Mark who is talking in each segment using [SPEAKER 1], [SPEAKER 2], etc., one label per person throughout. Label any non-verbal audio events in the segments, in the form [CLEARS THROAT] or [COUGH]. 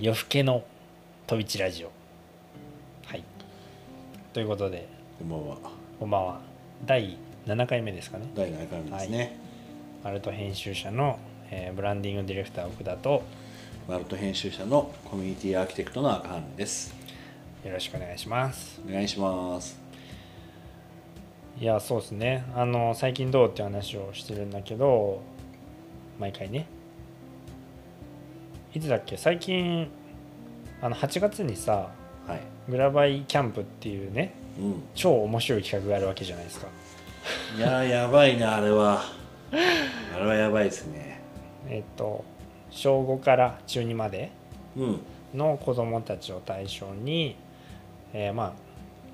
[SPEAKER 1] 夜更けの飛び地ラジオはいということで
[SPEAKER 2] こんばんは。
[SPEAKER 1] こんばんは第7回目ですかね
[SPEAKER 2] 第7回目ですね。
[SPEAKER 1] アルト編集者の、えーブランディングディレクター奥田と
[SPEAKER 2] ワルト編集者のコミュニティアーキテクトの赤羽です。
[SPEAKER 1] よろしくお願いします
[SPEAKER 2] お願いします。
[SPEAKER 1] いやそうですねあの最近どうって話をしてるんだけど毎回ねいつだっけ最近あの8月にさ
[SPEAKER 2] はい。
[SPEAKER 1] グラバイキャンプっていうね
[SPEAKER 2] うん。
[SPEAKER 1] 超面白い企画があるわけじゃないですか
[SPEAKER 2] いやー、やばいな、あれは。あれはやばいですね。
[SPEAKER 1] えっと小5から中2まで
[SPEAKER 2] うん。
[SPEAKER 1] の子どもたちを対象に、えーまあ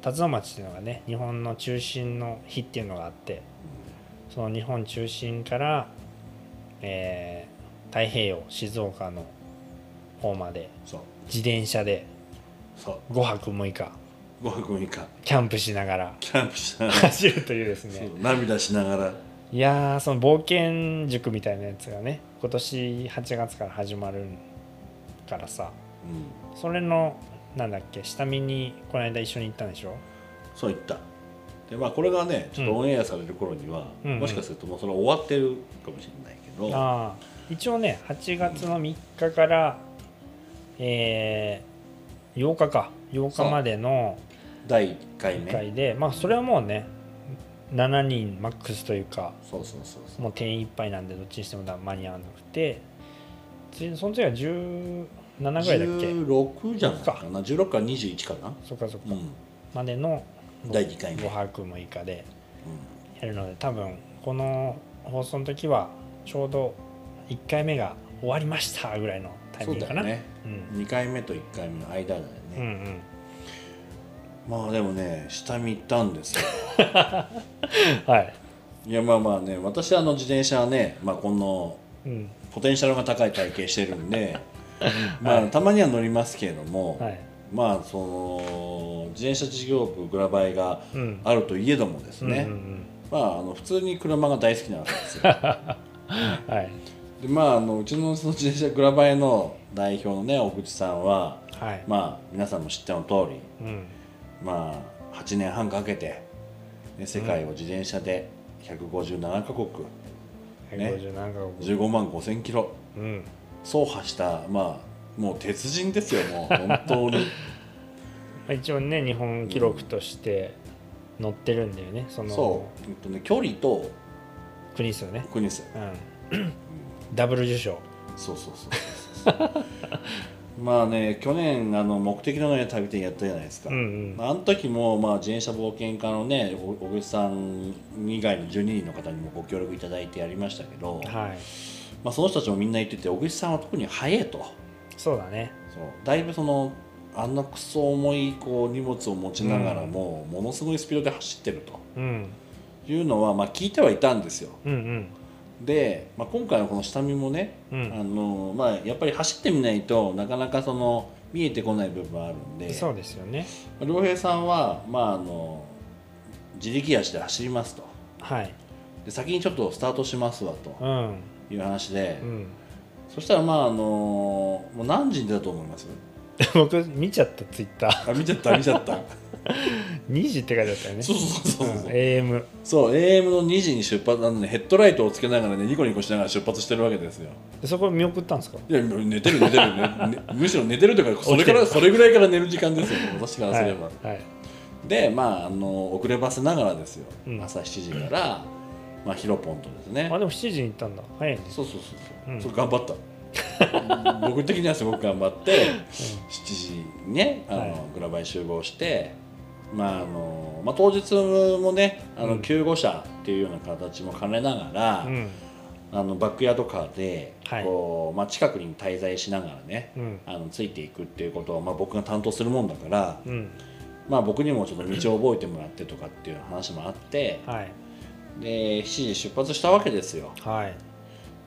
[SPEAKER 1] 辰野町っていうのがね日本の中心の日っていうのがあってその日本中心から、えー太平洋静岡の方まで
[SPEAKER 2] そう。
[SPEAKER 1] 自転車で
[SPEAKER 2] そう。
[SPEAKER 1] 5泊6日
[SPEAKER 2] 5泊6日。
[SPEAKER 1] キャンプしながら [LAUGHS]
[SPEAKER 2] キャンプしながら。
[SPEAKER 1] 走るというです
[SPEAKER 2] そ
[SPEAKER 1] ね
[SPEAKER 2] う涙しながら。
[SPEAKER 1] いやーその冒険塾みたいなやつがね今年8月から始まるからさ
[SPEAKER 2] うん。
[SPEAKER 1] それのなんだっけ下見にこの間一緒に行ったんでしょ
[SPEAKER 2] そう言った。で、まあ、これがね、ちょっとオンエアされる頃には、
[SPEAKER 1] うんうん
[SPEAKER 2] もしかするともうそれは終わってるかもしれないけど、
[SPEAKER 1] ああ一応ね8月の3日から、えー8日か8日までの
[SPEAKER 2] 第1回目。
[SPEAKER 1] 1回で、まあそれはもうね7人マックスというか
[SPEAKER 2] そうそうそうそう。
[SPEAKER 1] もう定員いっぱいなんでどっちにしてもだ間に合わなくてつその次は17ぐらいだっけ
[SPEAKER 2] 16じゃないかな16から21かな、
[SPEAKER 1] そっかそっか、
[SPEAKER 2] うん、
[SPEAKER 1] までの
[SPEAKER 2] 第2回目、
[SPEAKER 1] 5
[SPEAKER 2] うん、
[SPEAKER 1] 泊6日でやるので多分この放送の時はちょうど1回目が終わりましたぐらいのタイ
[SPEAKER 2] そ
[SPEAKER 1] ミン
[SPEAKER 2] う
[SPEAKER 1] グ
[SPEAKER 2] だ
[SPEAKER 1] か
[SPEAKER 2] よ
[SPEAKER 1] な
[SPEAKER 2] ね
[SPEAKER 1] うん
[SPEAKER 2] 2回目と1回目の間だよ
[SPEAKER 1] うんう
[SPEAKER 2] ね、
[SPEAKER 1] ん
[SPEAKER 2] まあでもね下見行ったんですよ
[SPEAKER 1] はい、
[SPEAKER 2] いやまあまあね私あの自転車はね、まあ、この
[SPEAKER 1] うん
[SPEAKER 2] ポテンシャルが高い体型してる
[SPEAKER 1] [LAUGHS]
[SPEAKER 2] んでまあたまには乗りますけれども、
[SPEAKER 1] はい
[SPEAKER 2] まあその自転車事業部グラバイが
[SPEAKER 1] うん、
[SPEAKER 2] あるといえどもですね、
[SPEAKER 1] うんうん
[SPEAKER 2] まああの普通に車が大好きなわけです
[SPEAKER 1] [LAUGHS]
[SPEAKER 2] よ
[SPEAKER 1] うん、はい
[SPEAKER 2] でまああのうちのその自転車グラバイの代表のね奥口さんは
[SPEAKER 1] はい、
[SPEAKER 2] まあ皆さんも知っての通り
[SPEAKER 1] うん
[SPEAKER 2] まあ8年半かけて、ね、世界を自転車で157カ国ね
[SPEAKER 1] 150何か国、
[SPEAKER 2] 15万5千キロ
[SPEAKER 1] うん
[SPEAKER 2] 走破したまあもう鉄人ですよもう本
[SPEAKER 1] [LAUGHS]
[SPEAKER 2] 当
[SPEAKER 1] ま
[SPEAKER 2] に
[SPEAKER 1] あ一応ね日本記録として載ってるんだよねそ
[SPEAKER 2] そ
[SPEAKER 1] の
[SPEAKER 2] う、えっとね、距離と
[SPEAKER 1] 国数ね、
[SPEAKER 2] 国数
[SPEAKER 1] うん、ダブル受賞
[SPEAKER 2] そうそうそうそう [LAUGHS] そうまあね去年あの目的のない旅店やったじゃないですか、
[SPEAKER 1] うんうん
[SPEAKER 2] あの時も、まあ、自転車冒険家のねお小口さん以外の12人の方にもご協力いただいてやりましたけど、
[SPEAKER 1] はい
[SPEAKER 2] まあ、その人たちもみんな言ってて小口さんは特に早いと
[SPEAKER 1] そうだね
[SPEAKER 2] そうだいぶそのあんなクソ重いこう荷物を持ちながらも、ものすごいスピードで走ってると
[SPEAKER 1] うん
[SPEAKER 2] いうのは、まあ、聞いてはいたんですよ
[SPEAKER 1] うんうん
[SPEAKER 2] で、まあ、今回のこの下見もね、
[SPEAKER 1] う
[SPEAKER 2] あ
[SPEAKER 1] ん
[SPEAKER 2] のまあ、やっぱり走ってみないとなかなかその見えてこない部分はあるんで
[SPEAKER 1] そうですよね
[SPEAKER 2] 良平さんは、まあ、あの自力足で走りますと
[SPEAKER 1] はい
[SPEAKER 2] で先にちょっとスタートしますわ
[SPEAKER 1] う
[SPEAKER 2] と
[SPEAKER 1] ん
[SPEAKER 2] いう話で、
[SPEAKER 1] うん [LAUGHS]
[SPEAKER 2] そしたらまああのもう何時に出たと思います
[SPEAKER 1] 僕見ちゃったツイッター [LAUGHS]
[SPEAKER 2] あ見ちゃった見ちゃった
[SPEAKER 1] 2時って書いてあったよね
[SPEAKER 2] そうそうそうそう、
[SPEAKER 1] うん AM
[SPEAKER 2] そう AM の2時に出発なのでヘッドライトをつけながらねニコニコしながら出発してるわけですよ
[SPEAKER 1] でそこ見送ったんですか
[SPEAKER 2] いや寝てる寝てる、ね [LAUGHS] ねむしろ寝てるというかそれか
[SPEAKER 1] 起
[SPEAKER 2] ら
[SPEAKER 1] き
[SPEAKER 2] それぐらいから寝る時間ですよ私から
[SPEAKER 1] は
[SPEAKER 2] す
[SPEAKER 1] い
[SPEAKER 2] れば、
[SPEAKER 1] はい
[SPEAKER 2] でまああの遅ればせながらですよ、
[SPEAKER 1] うん
[SPEAKER 2] 朝7時から、まあ、ヒロポンとですね
[SPEAKER 1] あでも7時に行ったんだ早いね
[SPEAKER 2] そうそうそうそう、
[SPEAKER 1] うん
[SPEAKER 2] それ頑張った
[SPEAKER 1] [LAUGHS]
[SPEAKER 2] 僕的にはすごく頑張って7時にねあの、
[SPEAKER 1] はい
[SPEAKER 2] グラバイ集合して、まああのまあ、当日もねあ
[SPEAKER 1] う
[SPEAKER 2] の
[SPEAKER 1] ん
[SPEAKER 2] 救護車っていうような形も兼ねながら、
[SPEAKER 1] うん
[SPEAKER 2] あのバックヤードカーで
[SPEAKER 1] はい
[SPEAKER 2] こう、まあ、近くに滞在しながらね
[SPEAKER 1] うん
[SPEAKER 2] あのついていくっていうことを、まあ、僕が担当するもんだから、
[SPEAKER 1] うん
[SPEAKER 2] まあ、僕にもちょっと道を覚えてもらってとかっていう話もあって
[SPEAKER 1] はい
[SPEAKER 2] で7時出発したわけですよ。
[SPEAKER 1] はい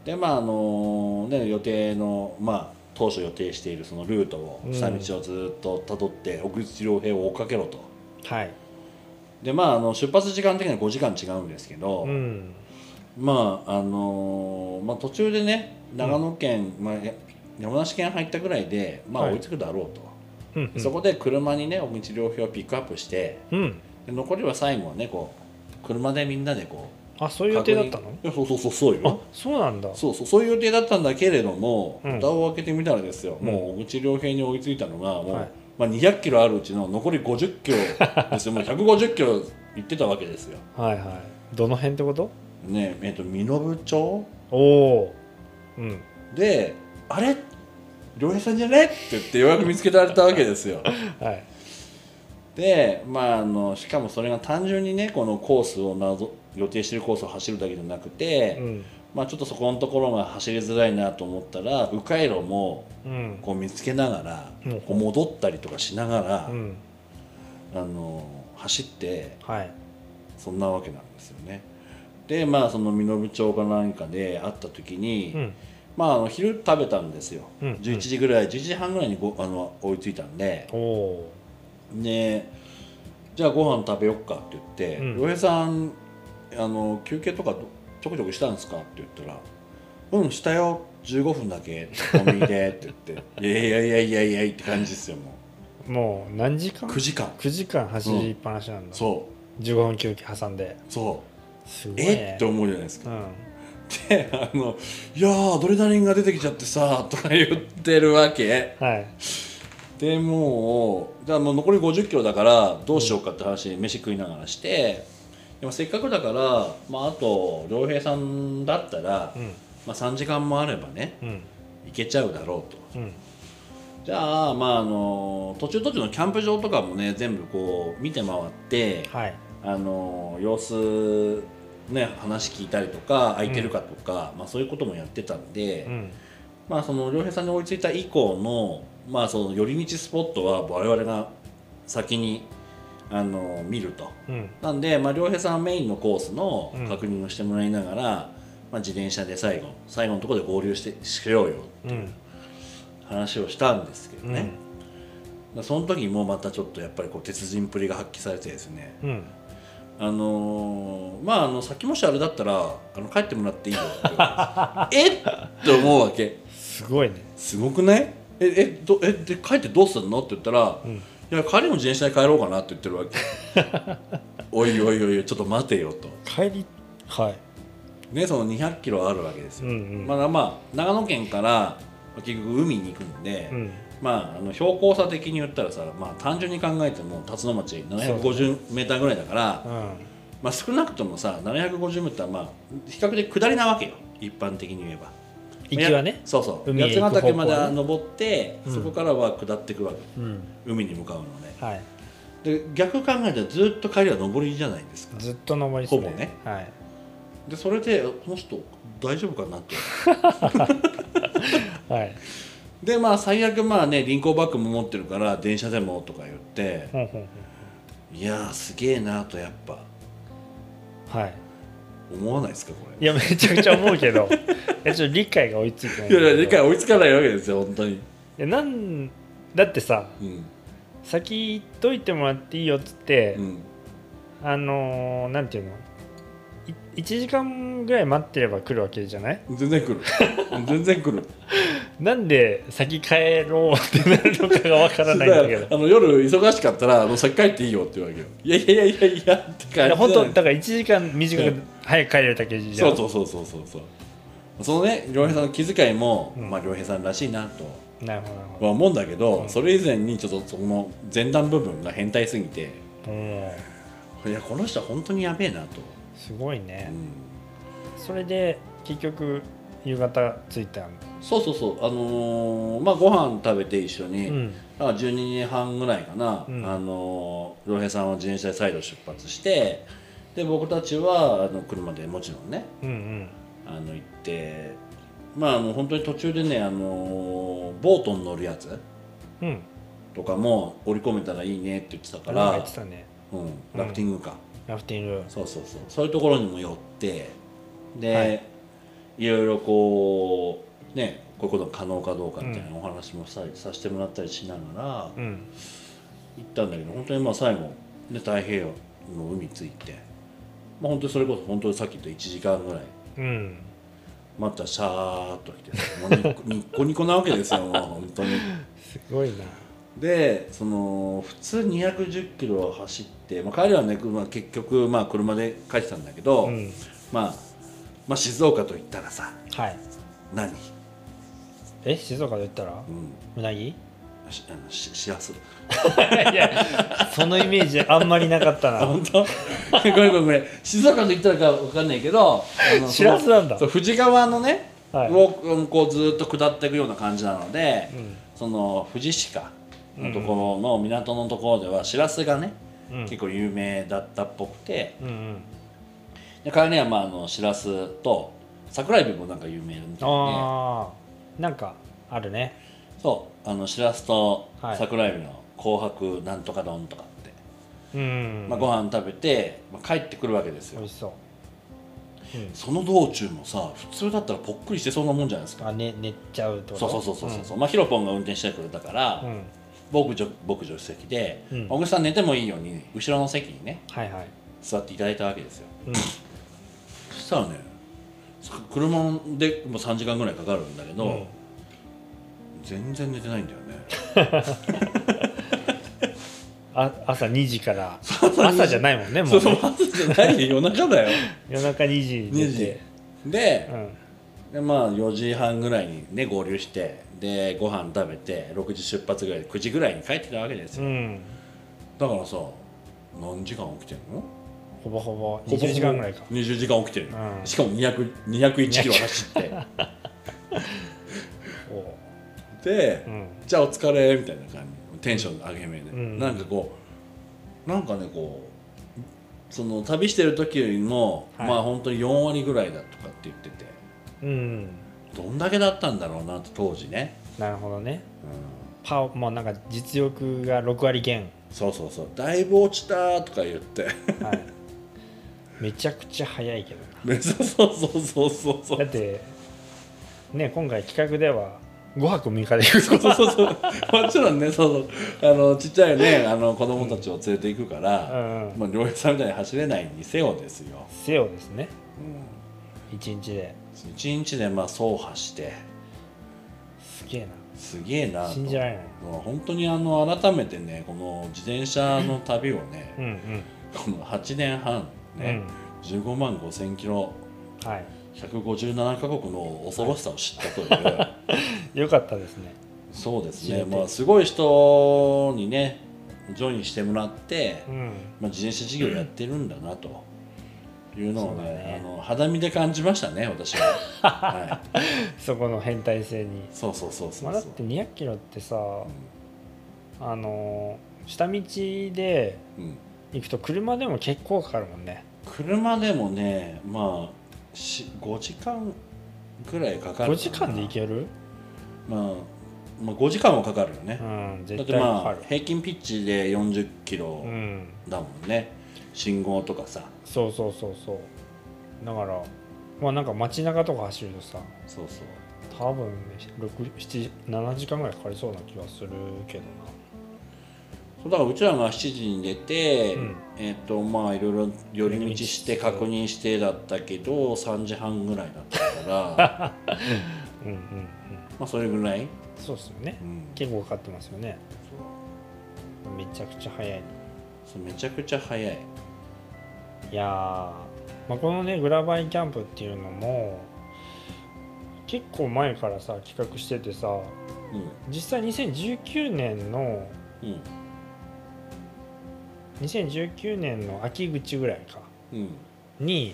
[SPEAKER 2] でまああのね予定のまあ当初予定しているそのルートを
[SPEAKER 1] うん
[SPEAKER 2] 下道をずっとたどって奥口良平を追っかけろと
[SPEAKER 1] はい
[SPEAKER 2] でまああの出発時間的には5時間違うんですけど、
[SPEAKER 1] うん
[SPEAKER 2] まああのーまあ、途中でね長野県、まあ、や山梨県入ったぐらいで、まあ、
[SPEAKER 1] はい
[SPEAKER 2] 追いつくだろうと、
[SPEAKER 1] うんうん
[SPEAKER 2] そこで車にねお道料表をピックアップして
[SPEAKER 1] うん
[SPEAKER 2] で残りは最後はねこう車でみんなでこ
[SPEAKER 1] あそうういう予定だったの
[SPEAKER 2] 確認いやそうそうそうそう
[SPEAKER 1] あ
[SPEAKER 2] よ
[SPEAKER 1] そうなんだ
[SPEAKER 2] そうそうそういう予定だったんだけれども、
[SPEAKER 1] うん
[SPEAKER 2] 蓋を開けてみたらですよ、
[SPEAKER 1] うん
[SPEAKER 2] もうお道料表に追いついたのがもう、
[SPEAKER 1] はい
[SPEAKER 2] まあ、200キロあるうちの残り50キロですよもう150キロ行ってたわけですよ。
[SPEAKER 1] はいはいどの辺ってこと
[SPEAKER 2] ねえっと身延町
[SPEAKER 1] おおうん
[SPEAKER 2] で「あれ良平さんじゃね?」って言ってようやく見つけられたわけで
[SPEAKER 1] [LAUGHS]
[SPEAKER 2] すよ。
[SPEAKER 1] はい
[SPEAKER 2] でまああのしかもそれが単純にねこのコースをなぞ予定してるコースを走るだけじゃなくて、
[SPEAKER 1] うん
[SPEAKER 2] まあ、ちょっとそこのところが走りづらいなと思ったら迂回路も
[SPEAKER 1] うん
[SPEAKER 2] こう見つけながら、
[SPEAKER 1] うん
[SPEAKER 2] こう戻ったりとかしながら、
[SPEAKER 1] うん
[SPEAKER 2] あの走って
[SPEAKER 1] はい
[SPEAKER 2] そんなわけなんですよね。でまあその身延町かなんかで会った時に、
[SPEAKER 1] うん
[SPEAKER 2] まあ、あの昼食べたんですよ、
[SPEAKER 1] うん
[SPEAKER 2] 11時ぐらい11時半ぐらいにごあの追いついたんで
[SPEAKER 1] おお
[SPEAKER 2] でじゃあご飯食べよっかって言って「
[SPEAKER 1] うん
[SPEAKER 2] 洋、平さんあの休憩とかどちょくちょくしたんですか?」って言ったら「うんしたよ15分だけコンビニで」って言って「いやいやいやいやいやい」って感じですよも
[SPEAKER 1] もう何時
[SPEAKER 2] う
[SPEAKER 1] 間
[SPEAKER 2] 9時間
[SPEAKER 1] 9時間走りっぱなしなんだ、
[SPEAKER 2] そう
[SPEAKER 1] 15分休憩挟んで
[SPEAKER 2] そう
[SPEAKER 1] すごい、
[SPEAKER 2] え
[SPEAKER 1] ね、
[SPEAKER 2] って思うじゃないです
[SPEAKER 1] う
[SPEAKER 2] か
[SPEAKER 1] ん
[SPEAKER 2] であの「いやーアドレナリンが出てきちゃってさ」とか言ってるわけ
[SPEAKER 1] はい
[SPEAKER 2] でもうじゃあもう残り50キロだからどうしようかって話で飯食いながらして、でもせっかくだから、まあ、あと良平さんだったら、
[SPEAKER 1] うん
[SPEAKER 2] まあ、3時間もあればね
[SPEAKER 1] うん
[SPEAKER 2] 行けちゃうだろうと
[SPEAKER 1] うん
[SPEAKER 2] じゃあ,、まあ、あの途中途中のキャンプ場とかもね全部こう見て回って、
[SPEAKER 1] はい
[SPEAKER 2] あの様子ね話聞いたりとか空いてるかとか、まあ、そういうこともやってたんで。
[SPEAKER 1] うん
[SPEAKER 2] まあその良平さんに追いついた以降の,、まあその寄り道スポットは我々が先にあの見ると
[SPEAKER 1] うん
[SPEAKER 2] なんで、まあ、良平さんはメインのコースの
[SPEAKER 1] うん
[SPEAKER 2] 確認をしてもらいながら、まあ、自転車で最後最後のところで合流してしようよ
[SPEAKER 1] うん
[SPEAKER 2] 話をしたんですけど
[SPEAKER 1] うん
[SPEAKER 2] ね、まあその時もまたちょっとやっぱりこう鉄人っぷりが発揮されてですね
[SPEAKER 1] うん
[SPEAKER 2] あのーまああの先もしあれだったらあの帰ってもらっていいよって
[SPEAKER 1] [LAUGHS]
[SPEAKER 2] えっと思うわけ。
[SPEAKER 1] すごいね
[SPEAKER 2] すごくないええどえで帰ってどうすんのって言ったら、
[SPEAKER 1] ん
[SPEAKER 2] いや帰りも自転車で帰ろうかなって言ってるわけ
[SPEAKER 1] [LAUGHS]
[SPEAKER 2] おいおいおいおいちょっと待てよと
[SPEAKER 1] 帰りはい
[SPEAKER 2] ねその200キロあるわけですよ、
[SPEAKER 1] うんうん
[SPEAKER 2] まだまあ長野県から結局海に行くんで、
[SPEAKER 1] うん
[SPEAKER 2] まああの標高差的に言ったらさ、まあ、単純に考えても辰野町750メーターぐらいだから
[SPEAKER 1] うん
[SPEAKER 2] まあ、少なくともさ750メーターまあ比較的下りなわけよ一般的に言えば
[SPEAKER 1] 行きはね
[SPEAKER 2] やそうそう
[SPEAKER 1] 海へ
[SPEAKER 2] 八
[SPEAKER 1] 行
[SPEAKER 2] ヶ
[SPEAKER 1] く方向
[SPEAKER 2] 岳
[SPEAKER 1] ね
[SPEAKER 2] まで登って、
[SPEAKER 1] うん
[SPEAKER 2] そこからは下っていくわけ
[SPEAKER 1] うん
[SPEAKER 2] 海に向かうのね
[SPEAKER 1] はい
[SPEAKER 2] で逆考えたらずっと帰りは上りじゃないですか
[SPEAKER 1] ずっと登りですね
[SPEAKER 2] ほぼね
[SPEAKER 1] はい
[SPEAKER 2] でそれでこの人大丈夫かなって
[SPEAKER 1] はい
[SPEAKER 2] でまあ最悪まあね臨行バッグも持ってるから電車でもとか言って
[SPEAKER 1] ほんほん
[SPEAKER 2] いやーすげえなとやっぱ
[SPEAKER 1] ほんはい
[SPEAKER 2] 思わないですかこ
[SPEAKER 1] いやめちゃくちゃ思うけ
[SPEAKER 2] [LAUGHS]
[SPEAKER 1] どいやちょっと理解が追いついてない
[SPEAKER 2] れいやいや理解
[SPEAKER 1] い
[SPEAKER 2] 追いつかないわけですよ本当に
[SPEAKER 1] やなんだってさ
[SPEAKER 2] うん
[SPEAKER 1] 先行っといてもらっていいよっつって、
[SPEAKER 2] うん
[SPEAKER 1] あのーなんていうのい1時間ぐらい待ってれば来るわけじゃない
[SPEAKER 2] 全然来
[SPEAKER 1] [LAUGHS]
[SPEAKER 2] る全然来る
[SPEAKER 1] なんで先帰ろうってなるのかがわからないん
[SPEAKER 2] [LAUGHS]
[SPEAKER 1] だけ
[SPEAKER 2] だ
[SPEAKER 1] ど
[SPEAKER 2] からあの夜忙しかったらあの先帰っていいよって言うわけよいやいやいやいやって感じ
[SPEAKER 1] いや本当
[SPEAKER 2] なん
[SPEAKER 1] だ
[SPEAKER 2] で
[SPEAKER 1] から1時間短
[SPEAKER 2] う
[SPEAKER 1] く
[SPEAKER 2] ん
[SPEAKER 1] 早く帰れるだけじゃん
[SPEAKER 2] そうそうそうそうそうそうそのね良平さんの気遣いも、
[SPEAKER 1] うん
[SPEAKER 2] まあ良平さんらしいなと
[SPEAKER 1] なるほどなるほ
[SPEAKER 2] は思うんだけど、
[SPEAKER 1] うん
[SPEAKER 2] それ以前にちょっとその前段部分が変態すぎて
[SPEAKER 1] どうん
[SPEAKER 2] いやこの人は本当にやべえなと、
[SPEAKER 1] すごいうね、
[SPEAKER 2] ん、
[SPEAKER 1] それで結局夕方着いたん
[SPEAKER 2] そうそうそうあのーまあご飯食べて一緒
[SPEAKER 1] う
[SPEAKER 2] に、
[SPEAKER 1] ん
[SPEAKER 2] だから12時半ぐらいかな、
[SPEAKER 1] うん
[SPEAKER 2] あのー良平さんは自転車で再度出発してで僕たちはあの車でもちろんね
[SPEAKER 1] うんうん
[SPEAKER 2] あの行ってまああの本当に途中でね、あのーボートに乗るやつ
[SPEAKER 1] うん
[SPEAKER 2] とかも織り込めたらいいねって言ってたか
[SPEAKER 1] なんか言
[SPEAKER 2] ら
[SPEAKER 1] って、たね
[SPEAKER 2] うん、ラフティングか、
[SPEAKER 1] ラフティング
[SPEAKER 2] そうそうそうそういうところにも寄ってで、、
[SPEAKER 1] はい
[SPEAKER 2] ろいろこうねこういうことが可能かどうかみたいなお話もさ,、させてもらったりしながら
[SPEAKER 1] うん
[SPEAKER 2] 行ったんだけど本当にまあ最後で太平洋の海着いて、まあ、本当にそれこそ本当にさっき言った1時間ぐらい
[SPEAKER 1] うん
[SPEAKER 2] またシャーっと来てもうニッコ [LAUGHS] ニッコニコなわけですよもう本当に
[SPEAKER 1] すごいな
[SPEAKER 2] でその普通210キロ走って、まあ、帰りはね、まあ、結局、まあ、車で帰ってたんだけど、
[SPEAKER 1] うん
[SPEAKER 2] まあ、まあ静岡といったらさ
[SPEAKER 1] はい
[SPEAKER 2] 何、うん、
[SPEAKER 1] え静岡で言ったらうなぎ
[SPEAKER 2] しあのししらす
[SPEAKER 1] いやそのイメージあんまりなかった
[SPEAKER 2] あ
[SPEAKER 1] な
[SPEAKER 2] 本当 [LAUGHS] ごめんごめんごめん静岡と言ったらかわかんないけどあの
[SPEAKER 1] しらすなんだ
[SPEAKER 2] そう富士川のね、
[SPEAKER 1] はい
[SPEAKER 2] をうんこうずっと下っていくような感じなので、
[SPEAKER 1] うん
[SPEAKER 2] その富士市かのところの港のところではしらすがね、
[SPEAKER 1] うん
[SPEAKER 2] 結構有名だったっぽくて
[SPEAKER 1] うんうん
[SPEAKER 2] で帰りはまああのしらすと桜エビもなんか有名みたいで
[SPEAKER 1] ああなんかあるね
[SPEAKER 2] そうあのしらすと
[SPEAKER 1] はい
[SPEAKER 2] 桜エビの紅白なんとか丼とかって、
[SPEAKER 1] うん
[SPEAKER 2] まあ、ご飯食べて、まあ、帰ってくるわけですよ
[SPEAKER 1] 美味しそうう
[SPEAKER 2] その道中もさ普通だったらぽっくりしてそうなもんじゃないです
[SPEAKER 1] ん
[SPEAKER 2] か
[SPEAKER 1] あね寝ちゃうってこ
[SPEAKER 2] そ
[SPEAKER 1] と
[SPEAKER 2] うそうそうそうそう、まあヒロポンが運転してくれたから、
[SPEAKER 1] うんうん
[SPEAKER 2] 僕助僕助手席で、
[SPEAKER 1] うん
[SPEAKER 2] 小口さん寝てもいいように後ろの席にね
[SPEAKER 1] はいはい
[SPEAKER 2] 座っていただいたわけですよ
[SPEAKER 1] うん
[SPEAKER 2] そしたらねそ車でもう3時間ぐらいかかるんだけど、
[SPEAKER 1] うん
[SPEAKER 2] 全然寝てないんだよね
[SPEAKER 1] あ朝2時から朝じゃないもんねも
[SPEAKER 2] そううそう
[SPEAKER 1] ね
[SPEAKER 2] 朝じゃないよ夜中
[SPEAKER 1] [LAUGHS]
[SPEAKER 2] だよ
[SPEAKER 1] 夜中2時に
[SPEAKER 2] 2
[SPEAKER 1] 出
[SPEAKER 2] 時
[SPEAKER 1] て
[SPEAKER 2] で,、
[SPEAKER 1] うん
[SPEAKER 2] でまあ4時半ぐらいにね合流してでご飯食べて6時出発ぐらいで9時ぐらいに帰ってきたわけですよ、
[SPEAKER 1] うん
[SPEAKER 2] だからさ何時間起きてんの
[SPEAKER 1] ほぼほぼ20時間ぐらいか
[SPEAKER 2] 20時間起きてる、
[SPEAKER 1] うん
[SPEAKER 2] しかも200 201キロ走って
[SPEAKER 1] おう
[SPEAKER 2] で、
[SPEAKER 1] うん
[SPEAKER 2] じゃあお疲れみたいな感じテンション上げ目で、
[SPEAKER 1] うん
[SPEAKER 2] なんかこうなんかねこうその旅してる時の、
[SPEAKER 1] はい
[SPEAKER 2] まあ本当に4割ぐらいだとかって言ってて
[SPEAKER 1] うん
[SPEAKER 2] どんだけだったんだろうなって当時ね、
[SPEAKER 1] なるほどね
[SPEAKER 2] うん、
[SPEAKER 1] パオもうなんか実力が6割減
[SPEAKER 2] そうそうそうだいぶ落ちたとか言って [LAUGHS]
[SPEAKER 1] はいめちゃくちゃ早いけど
[SPEAKER 2] そうそうそうそうそうそ
[SPEAKER 1] なだ
[SPEAKER 2] う
[SPEAKER 1] ってね今回企画では5泊3日で行く
[SPEAKER 2] そうそうそうもちろんねそうそうあのちっちゃいねあの子供たちを連れていくか
[SPEAKER 1] う
[SPEAKER 2] ら、
[SPEAKER 1] んうん
[SPEAKER 2] まあ良平さんみたいに走れないにせよですよ、
[SPEAKER 1] せよですね
[SPEAKER 2] うん
[SPEAKER 1] 1日で
[SPEAKER 2] 一日でまあ走破して
[SPEAKER 1] すげえ
[SPEAKER 2] すげえな
[SPEAKER 1] な
[SPEAKER 2] と
[SPEAKER 1] 信じられない
[SPEAKER 2] もう本当にあの改めてねこの自転車の旅をね、
[SPEAKER 1] うんうん
[SPEAKER 2] この8年半ね、15万5千キロ
[SPEAKER 1] うんはい
[SPEAKER 2] 157カ国の恐ろしさを知ったという、
[SPEAKER 1] よかったですね
[SPEAKER 2] そうです
[SPEAKER 1] 知れ
[SPEAKER 2] ね、
[SPEAKER 1] て
[SPEAKER 2] まあ、すごい人にねジョインしてもらって、
[SPEAKER 1] うん
[SPEAKER 2] まあ、自転車事業やってるんだなと。いうのをね
[SPEAKER 1] そうだね
[SPEAKER 2] あの肌身で感じましたね私は、
[SPEAKER 1] [LAUGHS]
[SPEAKER 2] はい、
[SPEAKER 1] そこの変態性に
[SPEAKER 2] そうそうそうそ
[SPEAKER 1] まあ
[SPEAKER 2] う
[SPEAKER 1] だ
[SPEAKER 2] そ
[SPEAKER 1] っ
[SPEAKER 2] う、
[SPEAKER 1] て200キロってさあのー下道で
[SPEAKER 2] うんうん、
[SPEAKER 1] 行くと車でも結構かかるもんね
[SPEAKER 2] 車でもねまあし5時間ぐらいかかる
[SPEAKER 1] 5時間で行ける
[SPEAKER 2] まあ、まあ5時間はかかるよね
[SPEAKER 1] う、ん
[SPEAKER 2] だ
[SPEAKER 1] 絶
[SPEAKER 2] って
[SPEAKER 1] 対かか
[SPEAKER 2] ま
[SPEAKER 1] る
[SPEAKER 2] あ平均ピッチで40キロ
[SPEAKER 1] うん
[SPEAKER 2] だもんね、信号とかさ
[SPEAKER 1] そうそうそうそうだからまあなんか街中とか走るとさ
[SPEAKER 2] そうそう
[SPEAKER 1] 多分67時間ぐらいかかりそうな気はするけど
[SPEAKER 2] そうだからうちらが7時に出て、
[SPEAKER 1] うん
[SPEAKER 2] えっ、とまあいろいろ寄り道して確認してだったけど3時半ぐらいだったから
[SPEAKER 1] [LAUGHS] なうんうんうん
[SPEAKER 2] まあそれぐらい、
[SPEAKER 1] そうですよね
[SPEAKER 2] うん
[SPEAKER 1] 結構かかってますよねめちゃくちゃ早い
[SPEAKER 2] そうめちゃくちゃ早い、
[SPEAKER 1] いやー、まあ、このねグラバイキャンプっていうのも結構前からさ企画しててさ
[SPEAKER 2] う
[SPEAKER 1] 実際2019年の
[SPEAKER 2] んうん
[SPEAKER 1] 2019年の秋口ぐらいか
[SPEAKER 2] うん、
[SPEAKER 1] に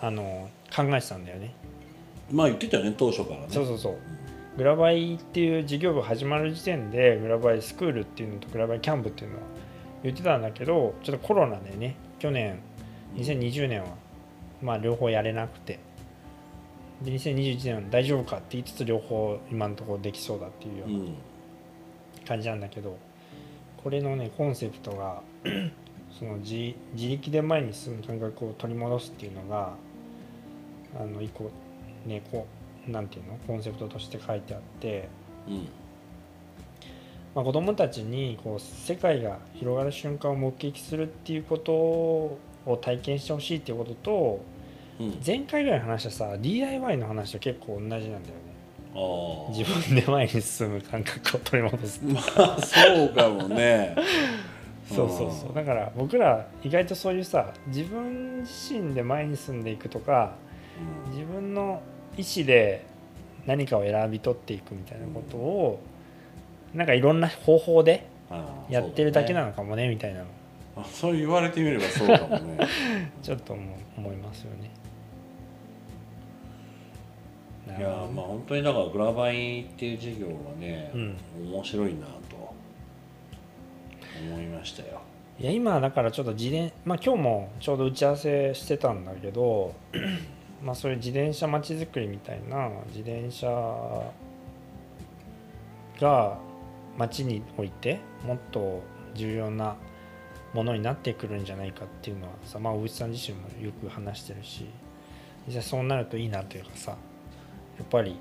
[SPEAKER 1] あの考えてたんだよね
[SPEAKER 2] まあ言ってたよね当初からね
[SPEAKER 1] そうそうそうグラバイっていう事業部始まる時点でグラバイスクールっていうのとグラバイキャンプっていうのは言ってたんだけどちょっとコロナでね去年2020年はまあ両方やれなくてで2021年は大丈夫かって言いつつ両方今のところできそうだっていうよう
[SPEAKER 2] う
[SPEAKER 1] なん感じなんだけどこれのねコンセプトが [CLEARS THROAT] その自自力で前に進む感覚を取り戻すっていうのがあの一個ねこうなんていうのコンセプトとして書いてあって
[SPEAKER 2] うん
[SPEAKER 1] まあ、子どもたちにこう世界が広がる瞬間を目撃するっていうことを体験してほしいっていうことと
[SPEAKER 2] うん、
[SPEAKER 1] 前回ぐらいの話はさ DIY の話と結構同じなんだよね
[SPEAKER 2] あー
[SPEAKER 1] 自分で前に進む感覚を取り戻す
[SPEAKER 2] まあそうかもね
[SPEAKER 1] そうそうそうだから僕ら意外とそういうさ自分自身で前に進んでいくとか
[SPEAKER 2] うん
[SPEAKER 1] 自分の意思で何かを選び取っていくみたいなことをなんかいろんな方法で
[SPEAKER 2] あ
[SPEAKER 1] [LAUGHS]
[SPEAKER 2] ー
[SPEAKER 1] やってるだけな
[SPEAKER 2] そう
[SPEAKER 1] のかもねみたいなの
[SPEAKER 2] だねあそう言われてみればそうかもね
[SPEAKER 1] ちょっと思う思いますよね。ないる
[SPEAKER 2] や
[SPEAKER 1] ほど
[SPEAKER 2] ーまあ本当にだからグラバインっていう事業はね、
[SPEAKER 1] うん
[SPEAKER 2] 面白いなと思いましたよ
[SPEAKER 1] いや今だからちょっと自転まあ今日もちょうど打ち合わせしてたんだけど [CLEARS THROAT] まあそういう自転車まちづくりみたいな自転車が街においてもっと重要なものになってくるんじゃないかっていうのはさまあ大内さん自身もよく話してるし実際そうなるといいなというかさやっぱり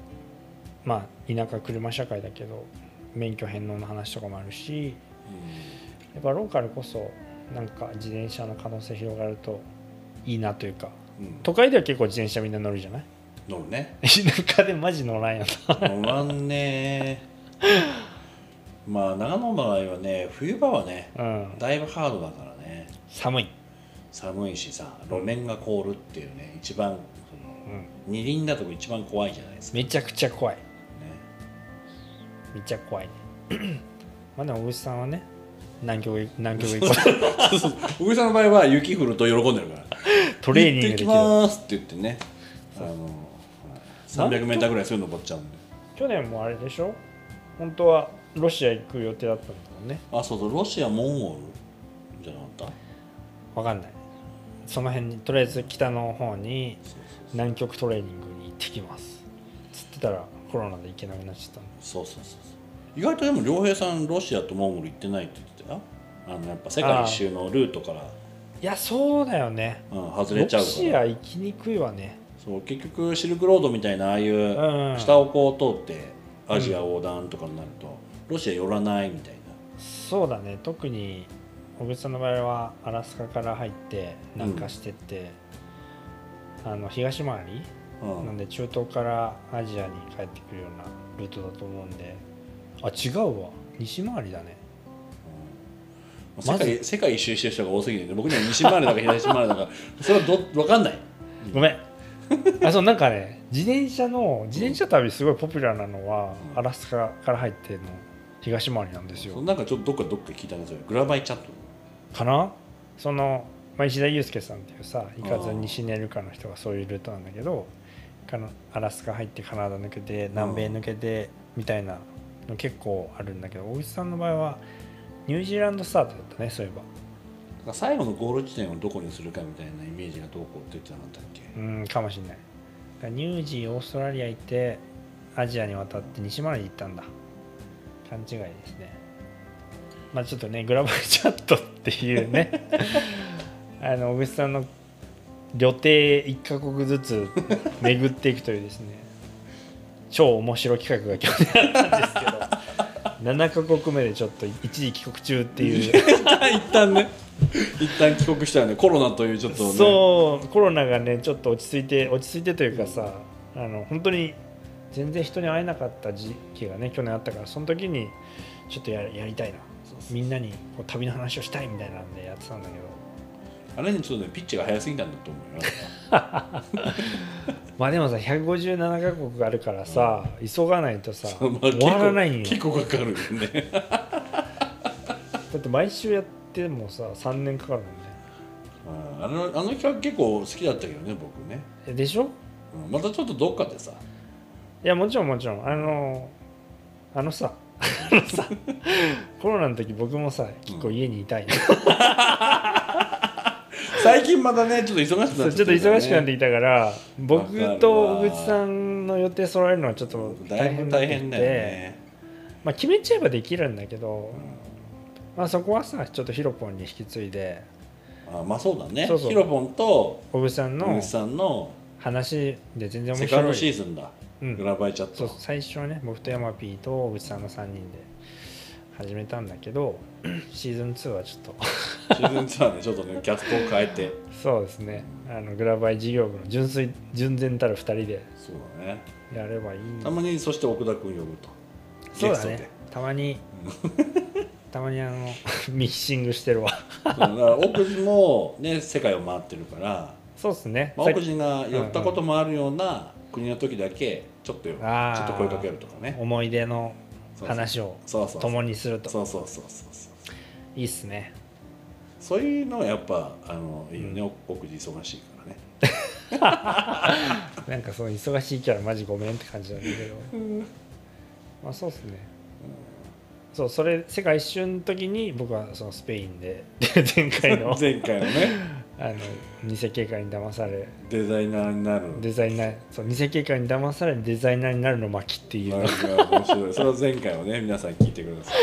[SPEAKER 1] まあ田舎車社会だけど免許返納の話とかもあるしやっぱローカルこそなんか自転車の可能性広がるといいなというか
[SPEAKER 2] うん、うん、
[SPEAKER 1] 都会では結構自転車みんな乗るじゃない [LAUGHS]
[SPEAKER 2] 乗るね
[SPEAKER 1] 田舎でマジ乗らんよな
[SPEAKER 2] 乗らんね [LAUGHS] ーまあ長野の場合はね冬場はね
[SPEAKER 1] うん
[SPEAKER 2] だいぶハードだからね
[SPEAKER 1] 寒い、
[SPEAKER 2] 寒いしさ路面が凍るっていうね一番その
[SPEAKER 1] うん、
[SPEAKER 2] 二輪だと一番怖いじゃないですか、ね
[SPEAKER 1] めちゃくちゃ怖いめっちゃ怖いね [CLEARS THROAT] まあでも大内さんはね南極へ南極へ行こう
[SPEAKER 2] 小栗さんの場合は雪降ると喜んでるから
[SPEAKER 1] トレーニングで
[SPEAKER 2] 行って
[SPEAKER 1] き
[SPEAKER 2] き
[SPEAKER 1] る
[SPEAKER 2] ますって言ってねあの 300m ぐらいすぐ登っちゃうんで
[SPEAKER 1] 去年もあれでしょ本当はロシア行く予定だったんだもんね
[SPEAKER 2] あそうそうロシアモンゴルじゃなかった
[SPEAKER 1] わかんないその辺にとりあえず北の方に南極トレーニングに行ってきますつってたらコロナで行けなくなっちゃったんで
[SPEAKER 2] そうそうそうそう意外とでも良平さんロシアとモンゴル行ってないって言ってたよあのやっぱ世界一周のルートから、
[SPEAKER 1] いやそうだよね
[SPEAKER 2] うん、外れ
[SPEAKER 1] ロ
[SPEAKER 2] ちゃうか
[SPEAKER 1] シ
[SPEAKER 2] ら
[SPEAKER 1] ア行きにくいわね
[SPEAKER 2] そう結局シルクロードみたいなああいう
[SPEAKER 1] うん
[SPEAKER 2] 下をこう通ってアジア横断とかになると、ロシア寄らないみたいな
[SPEAKER 1] そうだね特に小口さんの場合はアラスカから入って南下してって、あの東回り、
[SPEAKER 2] うん
[SPEAKER 1] なんで中東からアジアに帰ってくるようなルートだと思うんであ違うわ西回りだね
[SPEAKER 2] 世界世界一周してる人が多すぎてね僕には西回りだか東回りだかそれはど分かんない
[SPEAKER 1] ごめんあそうなんかね自転車の自転車旅すごいポピュラーなのは、
[SPEAKER 2] うん
[SPEAKER 1] アラスカから入っての東回りなんです
[SPEAKER 2] そ
[SPEAKER 1] よ
[SPEAKER 2] うなんかちょっとどっかどっか聞いたんですよグラバイチャット
[SPEAKER 1] かなその、まあ、石田祐介さんっていうさいかず
[SPEAKER 2] うん
[SPEAKER 1] にシネルカの人がそういうルートなんだけどかのアラスカ入ってカナダ抜けて南米抜けてみたいなの結構あるんだけど大内さんの場合はニュージーランドスタートだったねそういえば
[SPEAKER 2] だから最後のゴール地点をどこにするかみたいなイメージがどうこうって言ってなかったっけ
[SPEAKER 1] うんかもしんないだからニュージーオーストラリア行ってアジアに渡って西回りに行ったんだ勘違いですねまあちょっとねグラバルチャットっていうねあの小口さんの旅程1カ国ずつ巡っていくというですね超面白企画が去年あったんですけど7カ国目でちょっと一時帰国中っていう
[SPEAKER 2] 一旦ね [LAUGHS] 一旦帰国したよねコロナというちょっとね
[SPEAKER 1] そうコロナがねちょっと落ち着いて落ち着いてというかさあの本当に全然人に会えなかった時期がね去年あったからその時にちょっとややりたいな
[SPEAKER 2] そうそう
[SPEAKER 1] みんなにこう旅の話をしたいみたいなんでやってたんだけど
[SPEAKER 2] あれにちょっとねピッチが早すぎたんだと思うよ
[SPEAKER 1] まあでもさ157カ国あるからさ、急がないとさ、
[SPEAKER 2] そう [LAUGHS] まあ
[SPEAKER 1] 終わらないんよ
[SPEAKER 2] 結構結構かかるよね [LAUGHS]
[SPEAKER 1] だって毎週やってもさ3年かかるもんね
[SPEAKER 2] うんあのあの企画結構好きだったけどね僕ね、
[SPEAKER 1] えでしょ
[SPEAKER 2] うんまたちょっとどっかでさ
[SPEAKER 1] いやもちろんもちろんあのあのさ [LAUGHS] あのさコロナの時僕もさ結構家にいたい、
[SPEAKER 2] 最近またねちょっと忙しくなっち
[SPEAKER 1] そ
[SPEAKER 2] ゃ
[SPEAKER 1] う
[SPEAKER 2] っ
[SPEAKER 1] ち
[SPEAKER 2] て
[SPEAKER 1] ょっと
[SPEAKER 2] るからね
[SPEAKER 1] 忙しくなってきたから僕と
[SPEAKER 2] わか
[SPEAKER 1] 小
[SPEAKER 2] るわ
[SPEAKER 1] 口さんの予定揃えるのはちょっと
[SPEAKER 2] だ
[SPEAKER 1] 大
[SPEAKER 2] い
[SPEAKER 1] 変
[SPEAKER 2] ぶ
[SPEAKER 1] だ
[SPEAKER 2] 大変だよね、
[SPEAKER 1] まあ、決めちゃえばできるんだけど
[SPEAKER 2] う、ん
[SPEAKER 1] まあ、そこはさちょっとヒロポンに引き継いで
[SPEAKER 2] あまあそうだね
[SPEAKER 1] そうそう
[SPEAKER 2] ヒロポンと
[SPEAKER 1] 小口さん
[SPEAKER 2] 野
[SPEAKER 1] の
[SPEAKER 2] 口さんの
[SPEAKER 1] 話で全然面
[SPEAKER 2] セカン
[SPEAKER 1] 白
[SPEAKER 2] ドシ
[SPEAKER 1] い、
[SPEAKER 2] ーズンだ、
[SPEAKER 1] うん
[SPEAKER 2] グラバイチャッ
[SPEAKER 1] そう
[SPEAKER 2] ト
[SPEAKER 1] 最初はね僕と山 P と小口さんの3人で始めたんだけど [CLEARS THROAT] シーズン2はちょっ
[SPEAKER 2] [LAUGHS]
[SPEAKER 1] と
[SPEAKER 2] シーズンツアーねちょっとね [LAUGHS] キャストを変えて
[SPEAKER 1] そうですねあのグラバイ事業部の純粋純然たる2人で
[SPEAKER 2] そうだね
[SPEAKER 1] やればいいん
[SPEAKER 2] たまにそして奥田君呼ぶと
[SPEAKER 1] そうだ
[SPEAKER 2] ゲスト
[SPEAKER 1] ね
[SPEAKER 2] で
[SPEAKER 1] たま
[SPEAKER 2] [LAUGHS]
[SPEAKER 1] にたまにあのミキシングしてるわ
[SPEAKER 2] そう
[SPEAKER 1] [LAUGHS]
[SPEAKER 2] だから奥地もね世界を回ってるから
[SPEAKER 1] そうですね、
[SPEAKER 2] まあ、
[SPEAKER 1] さっ
[SPEAKER 2] 奥
[SPEAKER 1] き
[SPEAKER 2] 地が寄ったこともあるような国の時だけちょっとよちょ
[SPEAKER 1] あー
[SPEAKER 2] っと声かけるとかね
[SPEAKER 1] 思い出の
[SPEAKER 2] そうそう
[SPEAKER 1] 話を
[SPEAKER 2] そうそうそう
[SPEAKER 1] 共にすると
[SPEAKER 2] そうそうそうそうそう
[SPEAKER 1] いいっすね
[SPEAKER 2] そういうのはやっぱあのいいよね、奥地忙しいからね
[SPEAKER 1] なんかその忙しいキャラマジごめんって感じなんだけどまあそうっすねそうそれ世界一周の時に僕はそのスペインで前回の
[SPEAKER 2] [LAUGHS] 前回のね
[SPEAKER 1] あの偽警官に騙され
[SPEAKER 2] デザイナーになる
[SPEAKER 1] デザイナーそう偽警官に騙されデザイナーになるの巻っていう、
[SPEAKER 2] なんか面白いそれは前回をね皆さん聞いてくだ
[SPEAKER 1] [LAUGHS]
[SPEAKER 2] さい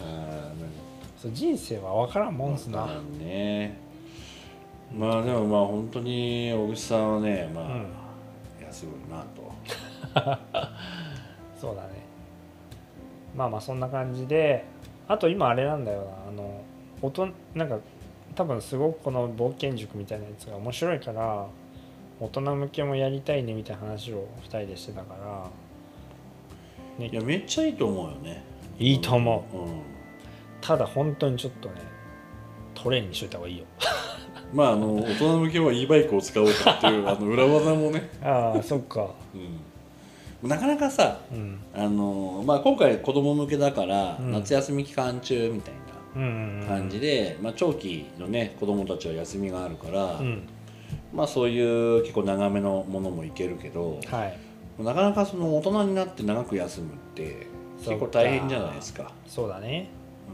[SPEAKER 2] あ
[SPEAKER 1] そう人生は分からんもんっす
[SPEAKER 2] あ
[SPEAKER 1] な、
[SPEAKER 2] ねまあでもまあ本当に小口さんはねまあ、
[SPEAKER 1] うん
[SPEAKER 2] いやすごいなと
[SPEAKER 1] そうだねまあまあそんな感じであと今あれなんだよなあの音なんか多分すごくこの冒険塾みたいなやつが面白いから大人向けもやりたいねみたいな話を2人でしてたから
[SPEAKER 2] いやめっちゃいいと思うよね
[SPEAKER 1] いいと思
[SPEAKER 2] う、うん、
[SPEAKER 1] ただ本当にちょっとねトレーニングしといた方がいいよ
[SPEAKER 2] まああの大人向けは e バイクを使おうかってい
[SPEAKER 1] [LAUGHS]
[SPEAKER 2] うあの裏技もね、
[SPEAKER 1] ああそっか
[SPEAKER 2] うん、なかなかさ
[SPEAKER 1] うん
[SPEAKER 2] あの、まあ、今回子供向けだから、
[SPEAKER 1] うん
[SPEAKER 2] 夏休み期間中みたい
[SPEAKER 1] うんうんう
[SPEAKER 2] なん感じで、まあ、長期のね子供たちは休みがあるから、
[SPEAKER 1] うん
[SPEAKER 2] まあそういう結構長めのものもいけるけど
[SPEAKER 1] はい
[SPEAKER 2] なかなかその大人になって長く休むって結構大変じゃないですか
[SPEAKER 1] そうだね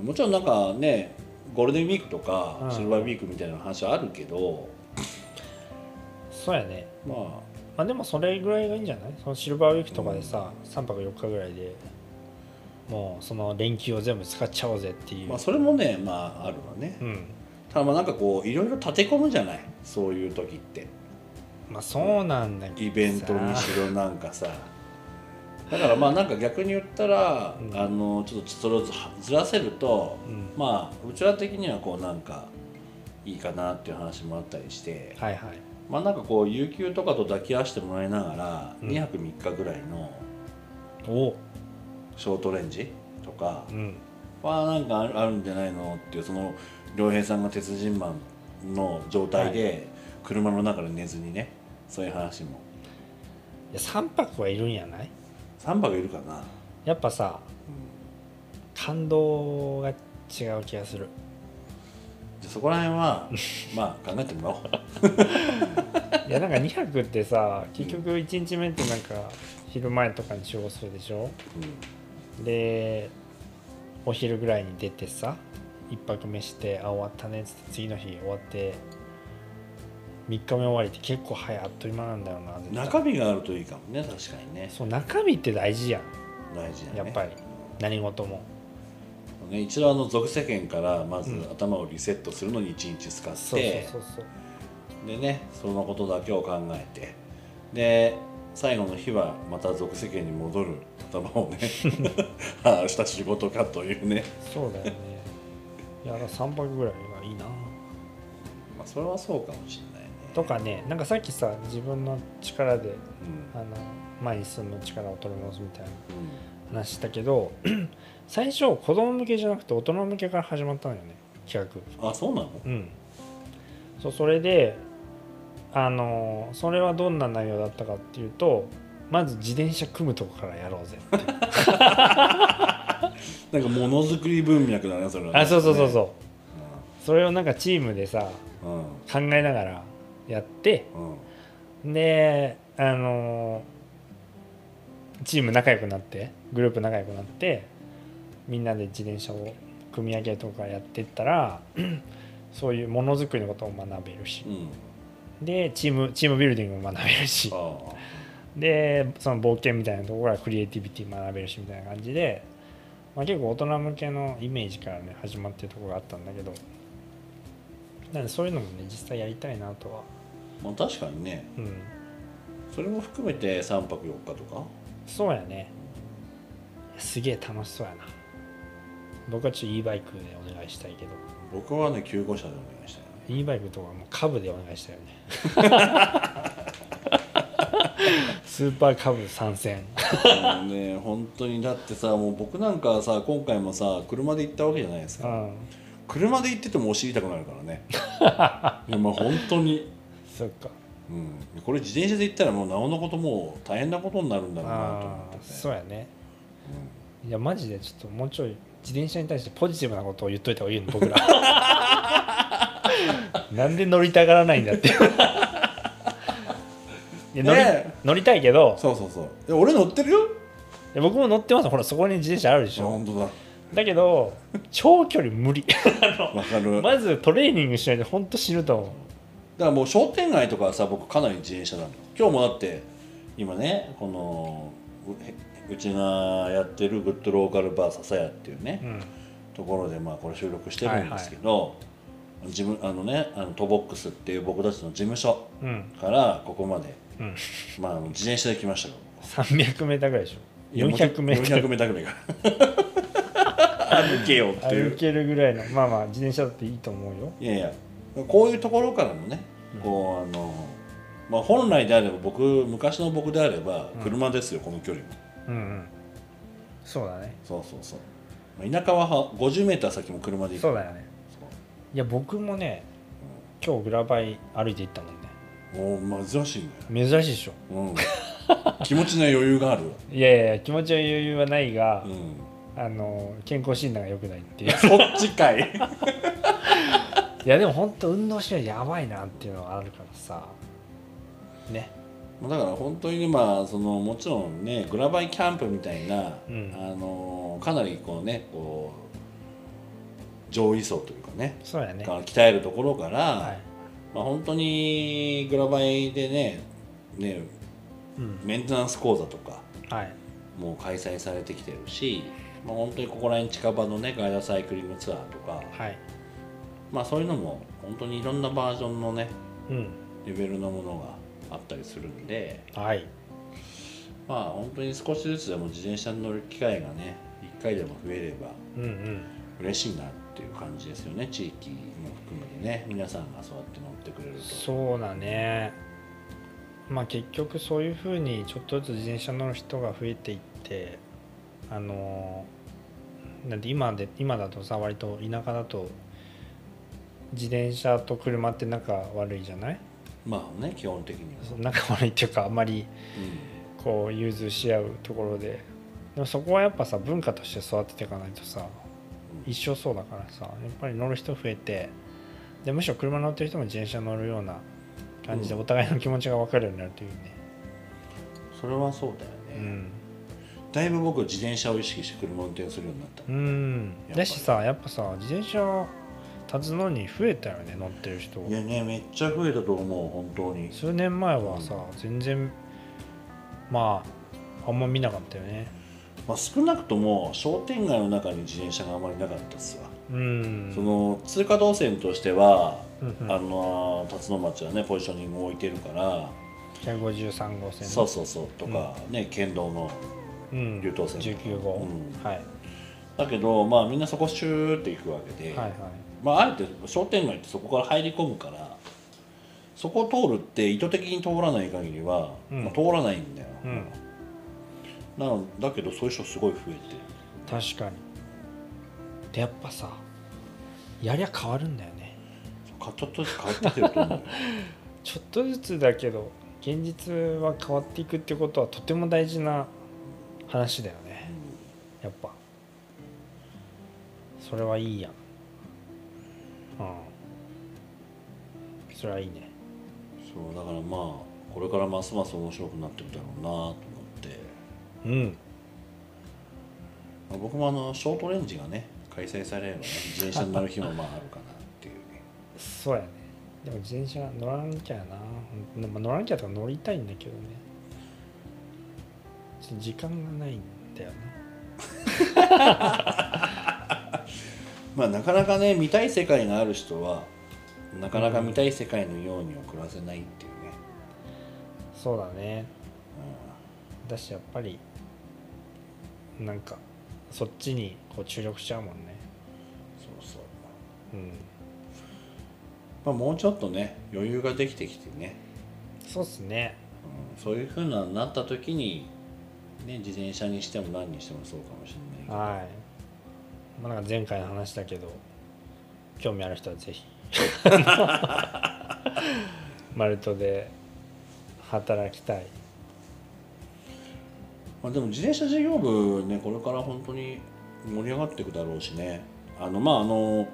[SPEAKER 2] もちろんなんかねゴールデンウィークと
[SPEAKER 1] う
[SPEAKER 2] か
[SPEAKER 1] ん
[SPEAKER 2] シルバーウィークみたいな話はあるけど、
[SPEAKER 1] そうやね
[SPEAKER 2] まあ
[SPEAKER 1] まあでもそれぐらいがいいんじゃないそのシルバーウィークとかでさ、3泊4日ぐらいでもうその連休を全部使っちゃおうぜっていう、
[SPEAKER 2] まあそれもねまああるわね
[SPEAKER 1] うん
[SPEAKER 2] ただまあなんかこういろいろ立て込むじゃないそういう時って
[SPEAKER 1] まあそうなんだけどさ
[SPEAKER 2] イベントにしろなんかさだからまあなんか逆に言ったら、
[SPEAKER 1] うん
[SPEAKER 2] あのちょっとそれをずずらせると、
[SPEAKER 1] うん
[SPEAKER 2] まあうちら的にはこうなんかいいかなっていう話もあったりして、
[SPEAKER 1] はいはい
[SPEAKER 2] まあなんかこう有給とかと抱き合わせてもらいながら、
[SPEAKER 1] うん
[SPEAKER 2] 2泊3日ぐらいの
[SPEAKER 1] お
[SPEAKER 2] ショートレンジとか
[SPEAKER 1] うん
[SPEAKER 2] はなんかあるあるんじゃないのっていうその良平さんが鉄人マンの状態で車の中で寝ずにねそういう話も
[SPEAKER 1] いや3泊はいるんやない
[SPEAKER 2] 3泊いるかな
[SPEAKER 1] やっぱさ感動が違う気がする
[SPEAKER 2] じゃあそこら辺はまあ考えてもらお
[SPEAKER 1] [LAUGHS]
[SPEAKER 2] う
[SPEAKER 1] いやなんか2泊ってさ結局1日目ってなんか昼前とかに集合するでしょでお昼ぐらいに出てさ一泊目してあ終わったねっつって次の日終わって3日目終わりって結構早いあっという間なんだよな絶
[SPEAKER 2] うん
[SPEAKER 1] 対
[SPEAKER 2] 中身があるといいかもね確かにね
[SPEAKER 1] そう中身って大事やん
[SPEAKER 2] 大事だね
[SPEAKER 1] やっぱり何事も
[SPEAKER 2] ね一度あの俗世間からまず
[SPEAKER 1] うん
[SPEAKER 2] 頭をリセットするのに1日使って、
[SPEAKER 1] そうそうそうそう
[SPEAKER 2] でねそのことだけを考えてで最後の日はまた俗世間に戻る頭を
[SPEAKER 1] [LAUGHS]
[SPEAKER 2] ねああ明日仕事かというね、
[SPEAKER 1] そうだよねいやだから3泊ぐらいがいいな
[SPEAKER 2] まあ、それはそうかもしれないね
[SPEAKER 1] とかねなんかさっきさ自分の力で
[SPEAKER 2] うん
[SPEAKER 1] あの前に進む力を取り戻すみたいな
[SPEAKER 2] うん
[SPEAKER 1] 話したけど [CLEARS THROAT] 最初子供向けじゃなくて大人向けから始まったのよね企画
[SPEAKER 2] あそうなの
[SPEAKER 1] うん、そうそれであのそれはどんな内容だったかっていうとまず自転車組むとこからやろうぜっていう
[SPEAKER 2] なんかものづくり文脈だねそれはね
[SPEAKER 1] あそうそうそう
[SPEAKER 2] う、
[SPEAKER 1] そうそれをなんかチームでさ
[SPEAKER 2] うんうん
[SPEAKER 1] 考えながらやって
[SPEAKER 2] うん
[SPEAKER 1] であのチーム仲良くなってグループ仲良くなってみんなで自転車を組み上げるとかやってったらそういうものづくりのことを学べるし
[SPEAKER 2] うん
[SPEAKER 1] でチームチームビルディングも学べるし
[SPEAKER 2] あ
[SPEAKER 1] でその冒険みたいなところからクリエイティビティ学べるしみたいな感じで、まあ、結構大人向けのイメージからね始まってるところがあったんだけどなんでそういうのもね実際やりたいなとは
[SPEAKER 2] あまあ確かにね
[SPEAKER 1] うん
[SPEAKER 2] それも含めて3泊4日とか
[SPEAKER 1] そうやねすげえ楽しそうやな僕はちょっと e バイクでお願いしたいけど
[SPEAKER 2] 僕はね救護車でお願いしたい
[SPEAKER 1] e バイクとかもう株でお願いしたいよね [LAUGHS] スーパー株参戦
[SPEAKER 2] あのね本当にだってさもう僕なんかさ今回もさ車で行ったわけじゃないです
[SPEAKER 1] う
[SPEAKER 2] か
[SPEAKER 1] ん
[SPEAKER 2] 車で行っててもお尻痛くなるからねいやまあ本当に、
[SPEAKER 1] そっか
[SPEAKER 2] うん、これ自転車で行ったらもうなおのこともう大変なことになるんだろうなと思
[SPEAKER 1] あ
[SPEAKER 2] って
[SPEAKER 1] あ
[SPEAKER 2] て
[SPEAKER 1] そうやねいやマジでちょっともうちょい自転車に対してポジティブなことを言っといた方がいいの
[SPEAKER 2] [LAUGHS]
[SPEAKER 1] 僕らなんで乗りたがらないんだっていや乗り
[SPEAKER 2] ね
[SPEAKER 1] 乗りたいけど
[SPEAKER 2] そうそうそうえ俺乗ってるよ
[SPEAKER 1] いや僕も乗ってますほらそこに自転車あるでしょ
[SPEAKER 2] 本当だ
[SPEAKER 1] だけど長距離無
[SPEAKER 2] [LAUGHS]
[SPEAKER 1] 理
[SPEAKER 2] わかるだか
[SPEAKER 1] まずトレーニングしないと本当死ぬと思
[SPEAKER 2] らもう商店街とかはさ僕かなり自転車なの今日もだって今ねこのううちがやってるグッドローカルバーささやっていうね、
[SPEAKER 1] う、うん、
[SPEAKER 2] ところでまあこれ収録してるんですけど、自分あのねあのトボックスっていう僕たちの事務所
[SPEAKER 1] うん
[SPEAKER 2] からここまで、 [LAUGHS]
[SPEAKER 1] うん
[SPEAKER 2] まあ、あの自転車で来ましたよ
[SPEAKER 1] 300m ぐらいでしょ 400m
[SPEAKER 2] 400m ぐらいから歩けよってい
[SPEAKER 1] 歩
[SPEAKER 2] う
[SPEAKER 1] けるぐらいのまあまあ自転車だっていいと思うよ
[SPEAKER 2] いやいやこういうところからもねこうあの、まあ、本来であれば僕昔の僕であれば車ですよ、この距離も
[SPEAKER 1] うんうんそうだね
[SPEAKER 2] そうそうそうまあ田舎はは 50m 先も車で行く
[SPEAKER 1] そうだよねいや僕もね今日グラバイ歩いて行ったもんね
[SPEAKER 2] そうもう珍しいんだよ
[SPEAKER 1] 珍しいでしょ
[SPEAKER 2] うん、気持ちの余裕がある、
[SPEAKER 1] いやいやいや気持ちは余裕はないが
[SPEAKER 2] う、ん、
[SPEAKER 1] あの健康診断が良くない [LAUGHS] っていうい
[SPEAKER 2] そっちか [LAUGHS] い
[SPEAKER 1] やでも本当運動しないとやばいなっていうのがあるからさね
[SPEAKER 2] だから本当にまあそのもちろんねグラバイキャンプみたいな、
[SPEAKER 1] うん
[SPEAKER 2] あのかなりこうねこう上位層というかね
[SPEAKER 1] そうやね
[SPEAKER 2] から鍛えるところから、
[SPEAKER 1] はい
[SPEAKER 2] まあ本当にグラバイでねね
[SPEAKER 1] うん
[SPEAKER 2] メンテナンス講座とか
[SPEAKER 1] はい
[SPEAKER 2] もう開催されてきてるし、まあ、本当にここら辺近場のねガイダサイクリングツアーとか、
[SPEAKER 1] はい
[SPEAKER 2] まあ、そういうのも本当にいろんなバージョンのね
[SPEAKER 1] うん
[SPEAKER 2] レベルのものがあったりするんで、
[SPEAKER 1] はい
[SPEAKER 2] まあ本当に少しずつでも自転車に乗る機会がね1回でも増えれば
[SPEAKER 1] うんうん
[SPEAKER 2] 嬉しいなっていう感じですよね地域も含めてね皆さんがそうやって乗ってくれると
[SPEAKER 1] そうだねまあ結局そういうふうにちょっとずつ自転車乗る人が増えていってあのーなんて今で今だとさ割と田舎だと自転車と車って仲悪いじゃない
[SPEAKER 2] まあね基本的にはそう、
[SPEAKER 1] 仲悪いっていうかあんまり
[SPEAKER 2] う
[SPEAKER 1] こう融通し合うところででもそこはやっぱさ文化として育てていかないとさ一生そうだからさやっぱり乗る人増えてでむしろ車乗ってる人も自転車乗るような感じで
[SPEAKER 2] うん
[SPEAKER 1] お互いの気持ちが分かるようになるというね、
[SPEAKER 2] ん、それはそうだよ
[SPEAKER 1] う
[SPEAKER 2] ね、
[SPEAKER 1] ん
[SPEAKER 2] だいぶ僕自転車を意識して車を運転するようになった、
[SPEAKER 1] うん
[SPEAKER 2] やっぱり
[SPEAKER 1] だしさやっぱさ自転車立つのに増えたよね乗ってる人
[SPEAKER 2] いやねめっちゃ増えたと思う本当に
[SPEAKER 1] 数年前はさ全然まああんま見なかったよね
[SPEAKER 2] まあ、少なくとも商店街の中に自転車があまりなかったっすわ、
[SPEAKER 1] うん
[SPEAKER 2] その通過動線としては、
[SPEAKER 1] うんうん
[SPEAKER 2] あのー辰野町はねポジショニングを置いてるから、
[SPEAKER 1] 153号線
[SPEAKER 2] そうそうそうとか、ね県道の
[SPEAKER 1] うん、
[SPEAKER 2] 竜頭線
[SPEAKER 1] 19号、
[SPEAKER 2] うん
[SPEAKER 1] はい
[SPEAKER 2] だけどまあみんなそこシューって行くわけで、
[SPEAKER 1] はいはい
[SPEAKER 2] まああえて商店街ってそこから入り込むからそこを通るって意図的に通らない限りは、
[SPEAKER 1] うん
[SPEAKER 2] まあ、通らないんだよ、
[SPEAKER 1] うん
[SPEAKER 2] なのだけどそういう人すごい増えてる
[SPEAKER 1] 確かにでやっぱさやりゃ変わるんだよね
[SPEAKER 2] そうちょっとずつ変わってきてると思う
[SPEAKER 1] [LAUGHS]
[SPEAKER 2] よ
[SPEAKER 1] ちょっとずつだけど現実は変わっていくってことはとても大事な話だよねやっぱそれはいいやんうんそれはいいね
[SPEAKER 2] そうだからまあこれからますます面白くなっていくだろうなと思って、
[SPEAKER 1] うん
[SPEAKER 2] まあ僕もあのショートレンジがね開催されればね自転車になる日もまああるかなっていうね
[SPEAKER 1] そうやねでも自転車乗らなきゃなでも乗らなきゃとか乗りたいんだけどねちょっと時間がないんだよね
[SPEAKER 2] まあなかなかね見たい世界がある人はなかなか見たい世界のようには暮らせないっていうね、
[SPEAKER 1] そうだねだしやっぱりなんかそっちにこう注力しちゃうもんね、
[SPEAKER 2] そうそ
[SPEAKER 1] う
[SPEAKER 2] う、
[SPEAKER 1] ん、
[SPEAKER 2] まあ、もうちょっとね余裕ができてきてね、
[SPEAKER 1] そうっすね
[SPEAKER 2] うん、そういうふうななった時に、ね、自転車にしても何にしてもそうかもしれない
[SPEAKER 1] はい、まあ、なんか前回の話だけど興味ある人はぜ [LAUGHS] ひマルトで働きたい
[SPEAKER 2] まあ、でも自転車事業部ねこれから本当に盛り上がっていくだろうしねあのまああの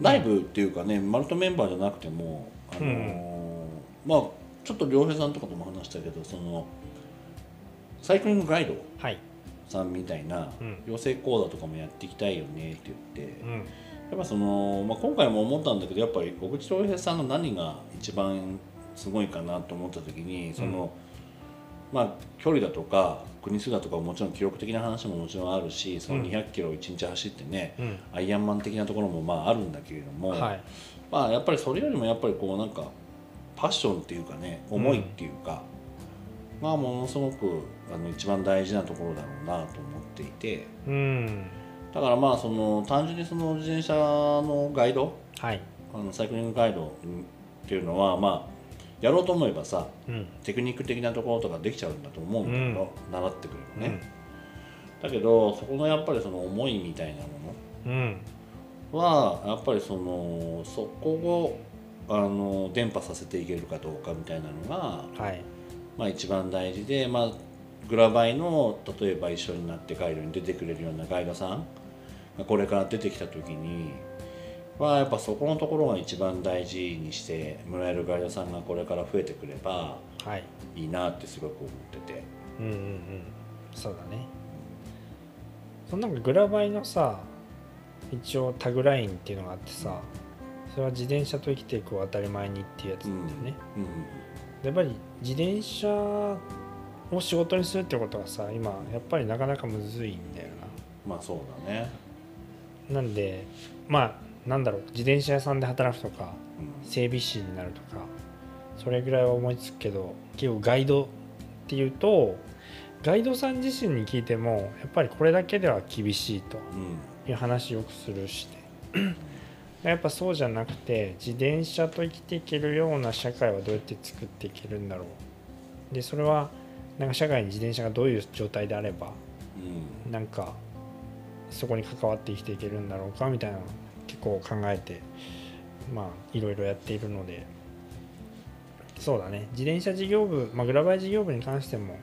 [SPEAKER 2] 内部っていうかね、マルトメンバーじゃなくてもあの、まあちょっと良平さんとかとも話したけどそのサイクリングガイド
[SPEAKER 1] はい、
[SPEAKER 2] さんみたいな
[SPEAKER 1] うん
[SPEAKER 2] 養成講座とかもやっていきたいよねって言って、
[SPEAKER 1] うん、
[SPEAKER 2] やっぱその、まあ、今回も思ったんだけどやっぱり小口良平さんの何が一番すごいかなと思った時にその、まあ、距離だとか国数だとかももちろん記録的な話ももちろんあるしその
[SPEAKER 1] うん
[SPEAKER 2] 2 0 0キロ1日走ってね、
[SPEAKER 1] うん
[SPEAKER 2] アイアンマン的なところもまああるんだけれども、
[SPEAKER 1] はい
[SPEAKER 2] まあ、やっぱりそれよりもやっぱりこうなんかパッションっていうかね思いっていうか、まあものすごくあの一番大事なところだろうなと思っていて
[SPEAKER 1] うん
[SPEAKER 2] だからまあその単純にその自転車のガイド
[SPEAKER 1] はい
[SPEAKER 2] あのサイクリングガイドっていうのはまあやろうと思えばさ
[SPEAKER 1] うん
[SPEAKER 2] テクニック的なところとかできちゃうんだと思うんだけど、習ってくればね、だけどそこのやっぱりその思いみたいなも
[SPEAKER 1] うんうん
[SPEAKER 2] のはやっぱりそのそこをあの伝播させていけるかどうかみたいなのが、
[SPEAKER 1] はい
[SPEAKER 2] まあ、一番大事で、まあ、グラバイの例えば一緒になってガイドに出てくれるようなガイドさんがこれから出てきた時にはやっぱそこのところが一番大事にしてもらえるガイドさんがこれから増えてくれば
[SPEAKER 1] はい
[SPEAKER 2] いいなってすごく思ってて。
[SPEAKER 1] うんうんうんそうだねそのなんかグラバイのさ一応タグラインっていうのがあってさそれは自転車と生きていくを当たり前にっていうやつなんだよね、
[SPEAKER 2] うん
[SPEAKER 1] やっぱり自転車を仕事にするってことがさ今やっぱりなかなかむずいんだよ
[SPEAKER 2] まあそうだね、
[SPEAKER 1] ななんでまあなんだろう自転車屋さんで働くとか
[SPEAKER 2] うん
[SPEAKER 1] 整備士になるとかそれぐらいは思いつくけど結構ガイドっていうとガイドさん自身に聞いてもやっぱりこれだけでは厳しいと
[SPEAKER 2] うん
[SPEAKER 1] いう話をよくするしてやっぱそうじゃなくて自転車と生きていけるような社会はどうやって作っていけるんだろうでそれはなんか社会に自転車がどういう状態であれば
[SPEAKER 2] うん
[SPEAKER 1] なんかそこに関わって生きていけるんだろうかみたいなのを結構考えてまあいろいろやっているのでそうだね自転車事業部、まあ、グラバイ事業部に関しても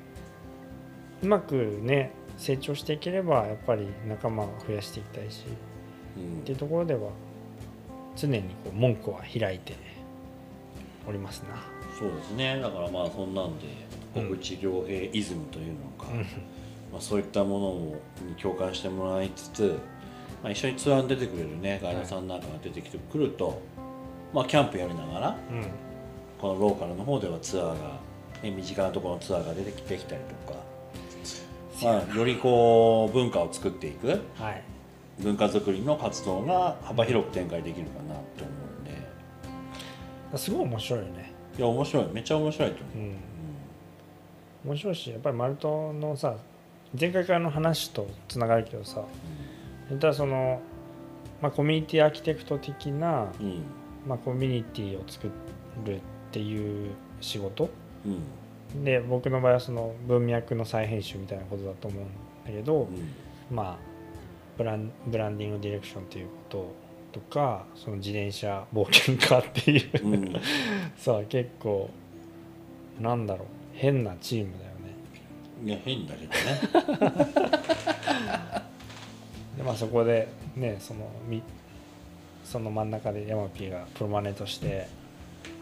[SPEAKER 1] うまくね成長していければやっぱり仲間を増やしていきたいし
[SPEAKER 2] うん
[SPEAKER 1] っていうところでは常にこう門戸は開いておりますな。
[SPEAKER 2] そうですねだからまあそんなんで
[SPEAKER 1] う
[SPEAKER 2] 小
[SPEAKER 1] ん
[SPEAKER 2] 口良平イズムというのか、
[SPEAKER 1] うん
[SPEAKER 2] まあ、そういったものをに共感してもらいつつ、まあ、一緒にツアーに出てくれるねガイドさんなんかが出てきてくると、まあ、キャンプやりながら
[SPEAKER 1] うん
[SPEAKER 2] このローカルの方ではツアーが、ね、身近なところのツアーが出てきてきたりとか、まあ、よりこう文化を作っていく
[SPEAKER 1] はい
[SPEAKER 2] 文化づくりの活動が幅広く展開できるかなと思うんです
[SPEAKER 1] ごい面白いよね。
[SPEAKER 2] いや面白いめっちゃ面白いと思う
[SPEAKER 1] う。ん面白いしやっぱりマルトのさ前回からの話とつながるけどさ言ったらその、まあ、コミュニティアーキテクト的な、
[SPEAKER 2] うんうん
[SPEAKER 1] まあ、コミュニティを作るっていう仕事
[SPEAKER 2] うん
[SPEAKER 1] で僕の場合はその文脈の再編集みたいなことだと思うんだけど、
[SPEAKER 2] うん
[SPEAKER 1] まあブランブランディングディレクションということとかその自転車冒険家っていう
[SPEAKER 2] うん
[SPEAKER 1] さ結構なんだろう変なチームだよね。
[SPEAKER 2] いや変だけどね
[SPEAKER 1] でまあそこでねそのみその真ん中で山 P がプロマネとして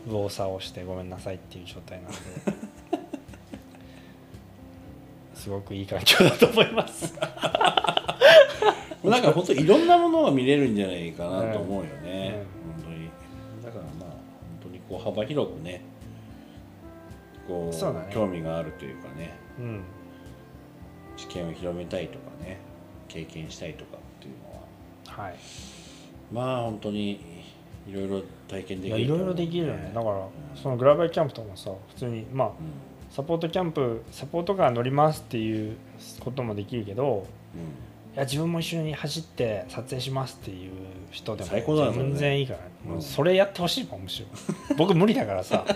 [SPEAKER 1] 右往左往してごめんなさいっていう状態な
[SPEAKER 2] [LAUGHS]
[SPEAKER 1] んですごくいい環境だと思います
[SPEAKER 2] なんか本当いろんなものが見れるんじゃないかなと思うよね、本当にだからまあ本当にこう幅広くねこう
[SPEAKER 1] そうだね
[SPEAKER 2] 興味があると [LAUGHS] いうかね
[SPEAKER 1] うん
[SPEAKER 2] 知見を広めたいとかね経験したいとかっていうのは
[SPEAKER 1] はい
[SPEAKER 2] まあ本当にいろいろ体験
[SPEAKER 1] い
[SPEAKER 2] でき
[SPEAKER 1] や
[SPEAKER 2] る
[SPEAKER 1] い
[SPEAKER 2] と
[SPEAKER 1] ろい
[SPEAKER 2] 思う
[SPEAKER 1] ろできるよねだから
[SPEAKER 2] ん
[SPEAKER 1] そのグラバイキャンプとかもさ普通にまあ
[SPEAKER 2] うん
[SPEAKER 1] サポートキャンプサポートカー乗りますっていうこともできるけどいや自分も一緒に走って撮影しますっていう人でも
[SPEAKER 2] 最高だよね
[SPEAKER 1] 全然いいから、ね
[SPEAKER 2] うん
[SPEAKER 1] もうそれやってほしいもんむしろ僕無理だから
[SPEAKER 2] [LAUGHS]
[SPEAKER 1] さあ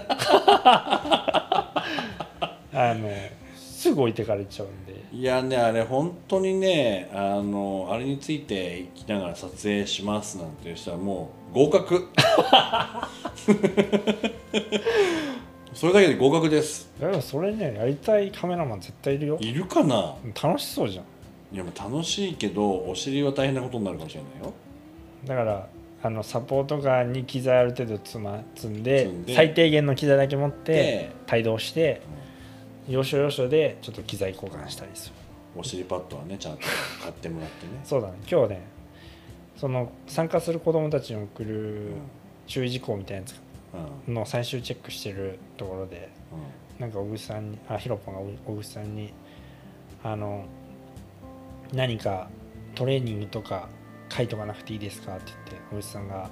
[SPEAKER 1] のすぐ置いてかれちゃうんで
[SPEAKER 2] いやねあれ本当にねあのあれについていきながら撮影しますなんていう人はもう合格 [LAUGHS] それだけで合格です
[SPEAKER 1] だからそれねやりたいカメラマン絶対いるよ
[SPEAKER 2] いるかな
[SPEAKER 1] 楽しそうじゃん
[SPEAKER 2] いやもう楽しいけどお尻は大変なことになるかもしれないよ
[SPEAKER 1] だからあのサポートカーに機材ある程度積,、ま、積んで
[SPEAKER 2] 積んで
[SPEAKER 1] 最低限の機材だけ持って
[SPEAKER 2] で
[SPEAKER 1] 帯同して要所要所でちょっと機材交換したりする
[SPEAKER 2] お尻パッドはねちゃんと買ってもらってね
[SPEAKER 1] そうだね今日ねその参加する子どもたちに送る注意事項みたいなやつ
[SPEAKER 2] うんうん
[SPEAKER 1] の最終チェックしてるところでなんか小口さんにあひろぽんが小口さんにあの何かトレーニングとか書いとかなくていいですかって言って小口さんが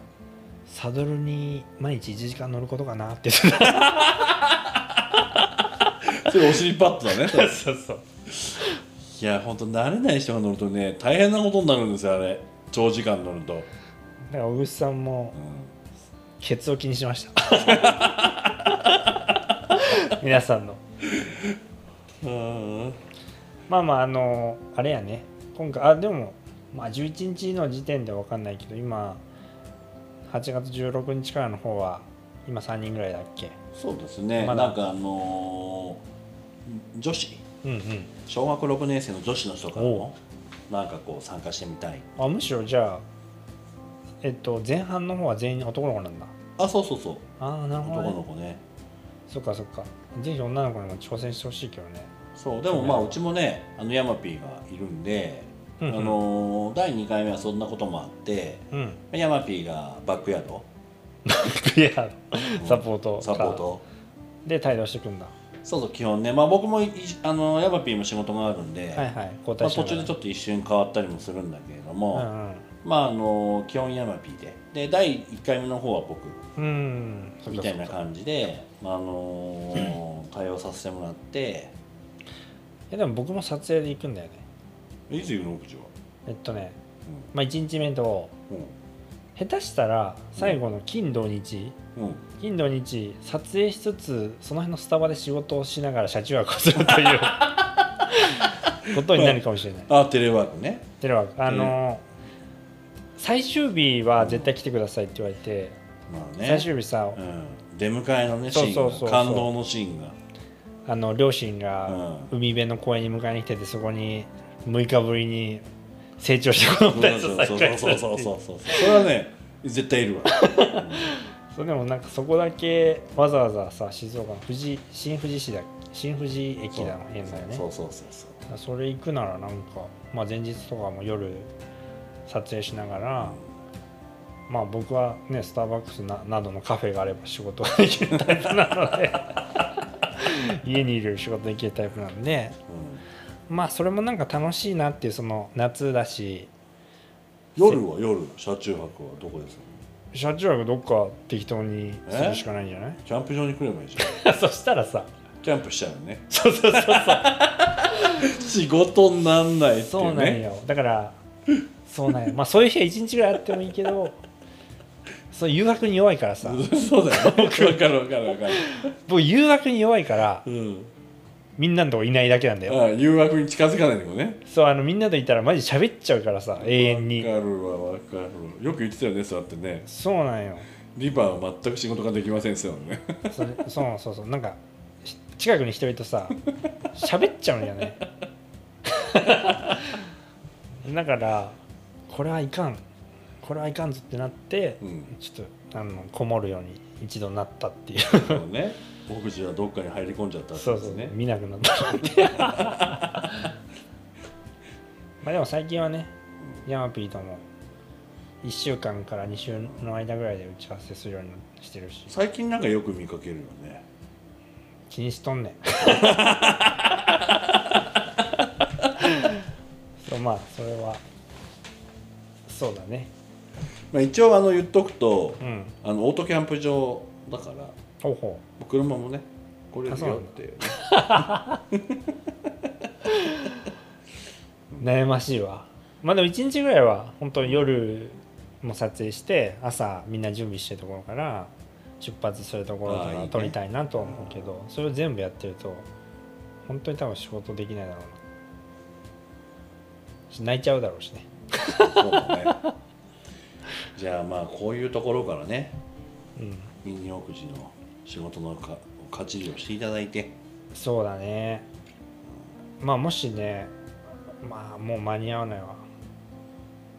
[SPEAKER 1] サドルに毎日1時間乗ることかなって言ってた
[SPEAKER 2] それお尻パッドだねそ
[SPEAKER 1] [LAUGHS]
[SPEAKER 2] れ
[SPEAKER 1] そうそう
[SPEAKER 2] [LAUGHS] いや本当慣れない人が乗るとね大変なことになるんですよあれ長時間乗ると、
[SPEAKER 1] だから小口さんも
[SPEAKER 2] う
[SPEAKER 1] ケツを気にしま [LAUGHS] した皆さんの
[SPEAKER 2] ん、
[SPEAKER 1] まあまああのあれやね今回あでもまあ11日の時点では分かんないけど今8月16日からの方は今3人ぐらいだっけ
[SPEAKER 2] そうですね、
[SPEAKER 1] まだ
[SPEAKER 2] なんかあのー女子
[SPEAKER 1] うんうん
[SPEAKER 2] 小学6年生の女子の人からも
[SPEAKER 1] お
[SPEAKER 2] なんかこう参加してみたい
[SPEAKER 1] あむしろじゃあえっと前半の方は全員男の子なんだ
[SPEAKER 2] あそうそうそう
[SPEAKER 1] ああなるほど、
[SPEAKER 2] 男の
[SPEAKER 1] ね、
[SPEAKER 2] 子ね
[SPEAKER 1] そっかそっかぜひ女の子にも挑戦してほしいけどね
[SPEAKER 2] そうでもまあうちもねあのヤマピーがいるんで、
[SPEAKER 1] うんうん
[SPEAKER 2] あのー第2回目はそんなこともあって
[SPEAKER 1] うん
[SPEAKER 2] ヤマピーがバックヤード
[SPEAKER 1] クリアサポートか
[SPEAKER 2] サポート
[SPEAKER 1] で帯同してくんだ
[SPEAKER 2] そうそう基本ねまあ僕もいあのヤマピーも仕事があるんで、
[SPEAKER 1] はいはい交
[SPEAKER 2] まあ、
[SPEAKER 1] 代し
[SPEAKER 2] 途
[SPEAKER 1] て
[SPEAKER 2] 中でちょっと一瞬変わったりもするんだけれども、
[SPEAKER 1] うん
[SPEAKER 2] まああの基本ヤマピーでで第1回目の方は僕
[SPEAKER 1] うん、うん、そっ
[SPEAKER 2] み
[SPEAKER 1] か
[SPEAKER 2] た
[SPEAKER 1] そ
[SPEAKER 2] い
[SPEAKER 1] っか
[SPEAKER 2] な感じで、あのー対応させてもらって
[SPEAKER 1] えでも僕も撮影で行くんだよね
[SPEAKER 2] いつ行くの口は、
[SPEAKER 1] えっとね、まあ、1日目と
[SPEAKER 2] うん
[SPEAKER 1] 下手したら最後の金土日、
[SPEAKER 2] うんうん、
[SPEAKER 1] 金土日撮影しつつその辺のスタバで仕事をしながら車中泊をすると
[SPEAKER 2] [LAUGHS]
[SPEAKER 1] いうことになるかもしれない。
[SPEAKER 2] あテレワークね
[SPEAKER 1] てるわあの最終日は絶対来てくださいって言われて、
[SPEAKER 2] まあね
[SPEAKER 1] 最終日さ、
[SPEAKER 2] うん、出迎えのねシ
[SPEAKER 1] そう
[SPEAKER 2] ー
[SPEAKER 1] そう
[SPEAKER 2] ンが
[SPEAKER 1] そうそう
[SPEAKER 2] 感動のシー
[SPEAKER 1] [LAUGHS]
[SPEAKER 2] ンが
[SPEAKER 1] あの両親が
[SPEAKER 2] う
[SPEAKER 1] 海辺の公園に迎えに来ててそこに6日ぶりに成長して子供たち
[SPEAKER 2] そ
[SPEAKER 1] と
[SPEAKER 2] う
[SPEAKER 1] 再
[SPEAKER 2] そう
[SPEAKER 1] 会す
[SPEAKER 2] そ
[SPEAKER 1] るっ
[SPEAKER 2] う
[SPEAKER 1] てい
[SPEAKER 2] そううそうそうそれはね絶対いるわ、
[SPEAKER 1] そうでもなんかそこだけわざわざさ静岡の富士新富士市だ新富士駅だの辺だよね
[SPEAKER 2] そうそうそうそう
[SPEAKER 1] それ行くならなんか、まあ、前日とかも夜撮影しながら、まあ僕はねスターバックスななどのカフェがあれば仕事ができるタイプなの
[SPEAKER 2] [LAUGHS]
[SPEAKER 1] で家にいる仕事できるタイプなんで
[SPEAKER 2] うん
[SPEAKER 1] まあそれもなんか楽しいなっていうその夏だし
[SPEAKER 2] 夜は夜車中泊はどこですか
[SPEAKER 1] 車中泊どっか適当にするしかないんじゃない
[SPEAKER 2] キャンプ場に来ればいいじ
[SPEAKER 1] [LAUGHS]
[SPEAKER 2] ゃ
[SPEAKER 1] そしたらさ
[SPEAKER 2] んキャンプしちゃうよね
[SPEAKER 1] そうそうそう
[SPEAKER 2] [LAUGHS] 仕事になんないって
[SPEAKER 1] そ
[SPEAKER 2] いうう
[SPEAKER 1] なん
[SPEAKER 2] ね
[SPEAKER 1] よだからそうなんよまあそういう日は一日ぐらいあってもいいけ
[SPEAKER 2] [LAUGHS]
[SPEAKER 1] どそう誘惑に弱いからさ
[SPEAKER 2] [LAUGHS] そうだよねわかるわかるわかるわかる
[SPEAKER 1] 僕誘惑に弱いから
[SPEAKER 2] うん
[SPEAKER 1] みんなのとこいないだけなんだよ
[SPEAKER 2] ああ誘惑に近づかないでもね
[SPEAKER 1] そうあのみんなといたらマジ喋っちゃうからさ永遠
[SPEAKER 2] わか
[SPEAKER 1] に
[SPEAKER 2] るわわかるわよく言ってたよねそうやってね
[SPEAKER 1] そうなんよ
[SPEAKER 2] リバーは全く仕事ができませんっすよ
[SPEAKER 1] [LAUGHS]
[SPEAKER 2] ね
[SPEAKER 1] それそうそうそうなんかし近くに人いるとさ喋っちゃうんよ
[SPEAKER 2] [LAUGHS]
[SPEAKER 1] ねだからこれはいかんこれはいかんぞってなって、
[SPEAKER 2] うん
[SPEAKER 1] ちょっとあのこもるように一度なったっていう
[SPEAKER 2] そうね僕じはどっかに入り込んじゃったって
[SPEAKER 1] そ
[SPEAKER 2] や
[SPEAKER 1] う
[SPEAKER 2] つ
[SPEAKER 1] そう
[SPEAKER 2] ね
[SPEAKER 1] 見なくなったって [LAUGHS] まあでも最近はねヤマピーとも1週間から2週の間ぐらいで打ち合わせするようにしてるし
[SPEAKER 2] 最近なんかよく見かけるよね
[SPEAKER 1] 気にしとん [LAUGHS] ねんそうまあそれはそうだね
[SPEAKER 2] まあ、一応あの言っとくと、
[SPEAKER 1] うん
[SPEAKER 2] あのオートキャンプ場だから
[SPEAKER 1] ほうほ
[SPEAKER 2] 車もねこれる
[SPEAKER 1] あそうな
[SPEAKER 2] よ
[SPEAKER 1] ん
[SPEAKER 2] っ
[SPEAKER 1] だ
[SPEAKER 2] ていうね
[SPEAKER 1] う悩ましいわまあでも1日ぐらいは本当に夜も撮影して朝みんな準備してるところから出発するところか
[SPEAKER 2] ああいい
[SPEAKER 1] ら
[SPEAKER 2] ね
[SPEAKER 1] 撮りたいなとは思うけどそれを全部やってると本当に多分仕事できないだろうな泣いちゃうだろうしね
[SPEAKER 2] そうだねじゃあまあこういうところからね
[SPEAKER 1] うん
[SPEAKER 2] ミニ奥寺の仕事のか活字をしていただいて
[SPEAKER 1] そうだねまあもしねまあもう間に合わない
[SPEAKER 2] [LAUGHS]
[SPEAKER 1] わ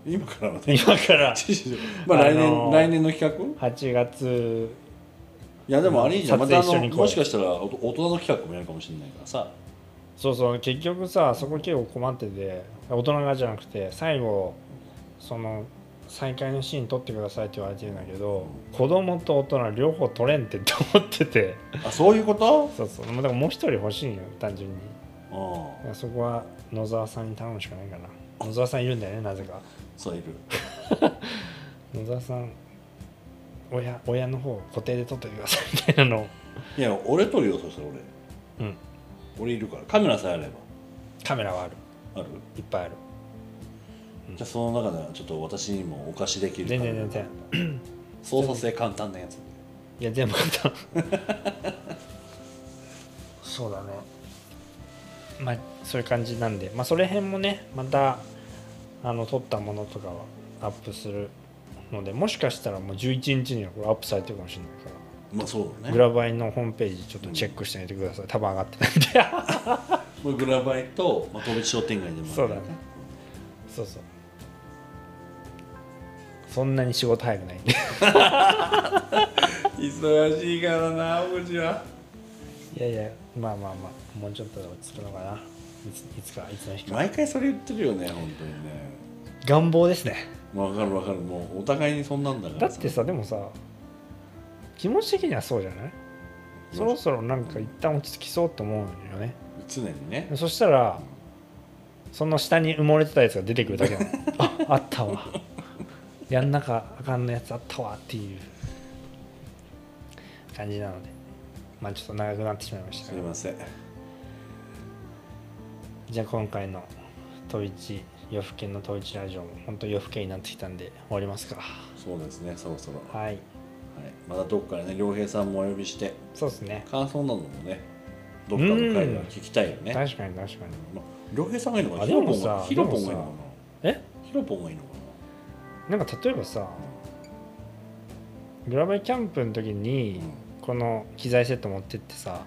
[SPEAKER 2] 今からはね
[SPEAKER 1] 今から
[SPEAKER 2] 知事
[SPEAKER 1] [LAUGHS]
[SPEAKER 2] まあ来年、
[SPEAKER 1] あのー
[SPEAKER 2] 来年の企画
[SPEAKER 1] 8月
[SPEAKER 2] いやでもあれいいじゃん
[SPEAKER 1] 撮
[SPEAKER 2] ま
[SPEAKER 1] 影
[SPEAKER 2] たあ
[SPEAKER 1] 一緒
[SPEAKER 2] の
[SPEAKER 1] に行こう
[SPEAKER 2] もしかしたらお大人の企画もやるかもしれないからさ
[SPEAKER 1] そうそう結局さそこ結構困ってて大人がじゃなくて最後その再会のシーン撮ってくださいって言われてるんだけど子供と大人両方撮れんってって思ってて
[SPEAKER 2] あそういうこと
[SPEAKER 1] そうそうもうだからもう一人欲しいんよ単純にだか
[SPEAKER 2] うん
[SPEAKER 1] らそこは野沢さんに頼むしかないかな野沢さんいるんだよねなぜか
[SPEAKER 2] そういる
[SPEAKER 1] 野沢さん親親の方固定で撮ってくださいみたいなのを
[SPEAKER 2] いや俺撮るよそしたら俺
[SPEAKER 1] うん
[SPEAKER 2] 俺いるからカメラさえあれ
[SPEAKER 1] カメラはある
[SPEAKER 2] ばある
[SPEAKER 1] いっぱいある
[SPEAKER 2] じゃあその中ではちょっと私にもお貸しできる
[SPEAKER 1] 全然全然
[SPEAKER 2] [CLEARS THROAT] 操作性簡単なやつ
[SPEAKER 1] いや全部買った [LAUGHS] そうだねまあそういう感じなんでまあそれ辺もねまたあの撮ったものとかはアップするのでもしかしたらもう11日にはこれアップされてるかもしれないか
[SPEAKER 2] まあそうだ
[SPEAKER 1] ら、
[SPEAKER 2] ね
[SPEAKER 1] グラバイのホームページちょっとチェックしてみてください、多分上がってないんで
[SPEAKER 2] これグラバイと、まあ、戸別商店街でもある
[SPEAKER 1] そうだね [LAUGHS] そうそうそんなに仕事早くないんで
[SPEAKER 2] 忙しいからなお口は
[SPEAKER 1] [LAUGHS]
[SPEAKER 2] い
[SPEAKER 1] やいやまあまあまあもうちょっとで落ち着くのかないついつかいつの日か
[SPEAKER 2] 毎回それ言ってるよね本当にね
[SPEAKER 1] 願望ですね
[SPEAKER 2] わかるわかるもうお互いにそんなんだか
[SPEAKER 1] だ
[SPEAKER 2] ら
[SPEAKER 1] ってさでもさ気持ち的にはそうじゃないそろそろなんか一旦落ち着きそうと思うよね
[SPEAKER 2] 常にね
[SPEAKER 1] そしたらその下に埋もれてたやつが出てくるだ
[SPEAKER 2] [LAUGHS]
[SPEAKER 1] けなのああったわやんなかあかんのやつあったわっていう感じなのでまあちょっと長くなってしまいました
[SPEAKER 2] す
[SPEAKER 1] け
[SPEAKER 2] み
[SPEAKER 1] ど
[SPEAKER 2] ません
[SPEAKER 1] じゃあ今回の「統一夜更けの統一ラジオ」も本当夜更けになってきたんで終わりますか
[SPEAKER 2] そうですねそろそろ、はい
[SPEAKER 1] はい
[SPEAKER 2] またどっかでね良平さんもお呼びして
[SPEAKER 1] そうですね
[SPEAKER 2] 感想などもねどっかの会では聞きたいよね
[SPEAKER 1] 確かに確かに
[SPEAKER 2] まあ良平さんがいいのかな
[SPEAKER 1] あ
[SPEAKER 2] ヒ
[SPEAKER 1] で
[SPEAKER 2] ロ
[SPEAKER 1] も
[SPEAKER 2] ポン
[SPEAKER 1] さ
[SPEAKER 2] がヒロポ
[SPEAKER 1] で
[SPEAKER 2] ン
[SPEAKER 1] も
[SPEAKER 2] がいい
[SPEAKER 1] さ
[SPEAKER 2] のか
[SPEAKER 1] え
[SPEAKER 2] なヒロポンがいいのか
[SPEAKER 1] なんか例えばさグラバイキャンプの時にこの機材セット持ってってさ
[SPEAKER 2] な、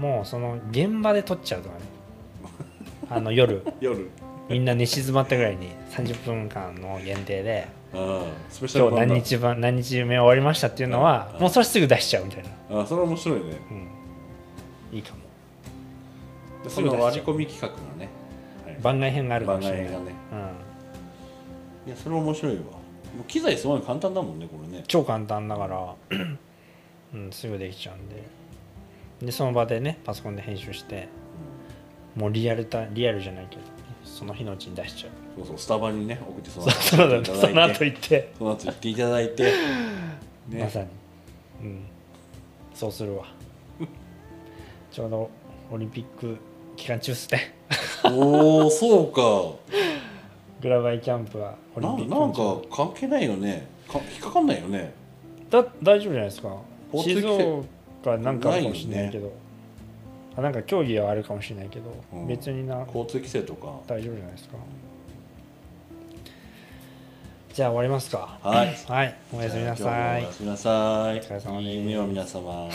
[SPEAKER 2] うん
[SPEAKER 1] もうその現場で撮っちゃうと
[SPEAKER 2] [LAUGHS]
[SPEAKER 1] かねあの夜
[SPEAKER 2] 夜
[SPEAKER 1] みんな寝静まったぐらいに30分間の限定で
[SPEAKER 2] ああスペシャ
[SPEAKER 1] 今
[SPEAKER 2] ル
[SPEAKER 1] 日何日分
[SPEAKER 2] 版だ
[SPEAKER 1] 何日目終わりましたっていうのは
[SPEAKER 2] うん
[SPEAKER 1] もうそれすぐ出しちゃうみたいな、
[SPEAKER 2] ああそれは面白いね
[SPEAKER 1] うん、いいかも
[SPEAKER 2] でその割り込み企画がね、はい
[SPEAKER 1] 番外編があるかもしれない
[SPEAKER 2] 番外編がね
[SPEAKER 1] うん、
[SPEAKER 2] いやそれ面白いわもう機材すごい簡単だもんねこれね
[SPEAKER 1] 超簡単だから、うん、すぐできちゃうんででその場でねパソコンで編集してもうリアルタリアルじゃないけどその日のうちに出しちゃう
[SPEAKER 2] そうそうスタバにね送 [LAUGHS] ってその
[SPEAKER 1] そうそうだね
[SPEAKER 2] 送
[SPEAKER 1] [LAUGHS]
[SPEAKER 2] っ
[SPEAKER 1] そ
[SPEAKER 2] てい
[SPEAKER 1] の
[SPEAKER 2] ただい
[SPEAKER 1] 後
[SPEAKER 2] て
[SPEAKER 1] 行って、
[SPEAKER 2] その後行っていただいてね
[SPEAKER 1] まさに、うん、そうするわちょうどオリンピック期間中っすね [LAUGHS]
[SPEAKER 2] おおそうか
[SPEAKER 1] グラバイキャンプはオリ
[SPEAKER 2] な
[SPEAKER 1] ンピ
[SPEAKER 2] ん
[SPEAKER 1] ッ
[SPEAKER 2] な
[SPEAKER 1] ク
[SPEAKER 2] んか関係ないよねか引っかかんないよね
[SPEAKER 1] だ大丈夫じゃないですか
[SPEAKER 2] 交通規
[SPEAKER 1] 静
[SPEAKER 2] 制
[SPEAKER 1] 岡なんかあるかもしれないけどあなんか競技はあるかもしれないけど、
[SPEAKER 2] うん
[SPEAKER 1] 別にな
[SPEAKER 2] 交通規制とか
[SPEAKER 1] 大丈夫じゃないですかじゃあ終わりますか
[SPEAKER 2] はい
[SPEAKER 1] はいおやすみな
[SPEAKER 2] じゃあ
[SPEAKER 1] さ
[SPEAKER 2] 今日も
[SPEAKER 1] い
[SPEAKER 2] おやすみなさい
[SPEAKER 1] お疲れ様です
[SPEAKER 2] いい夢を皆様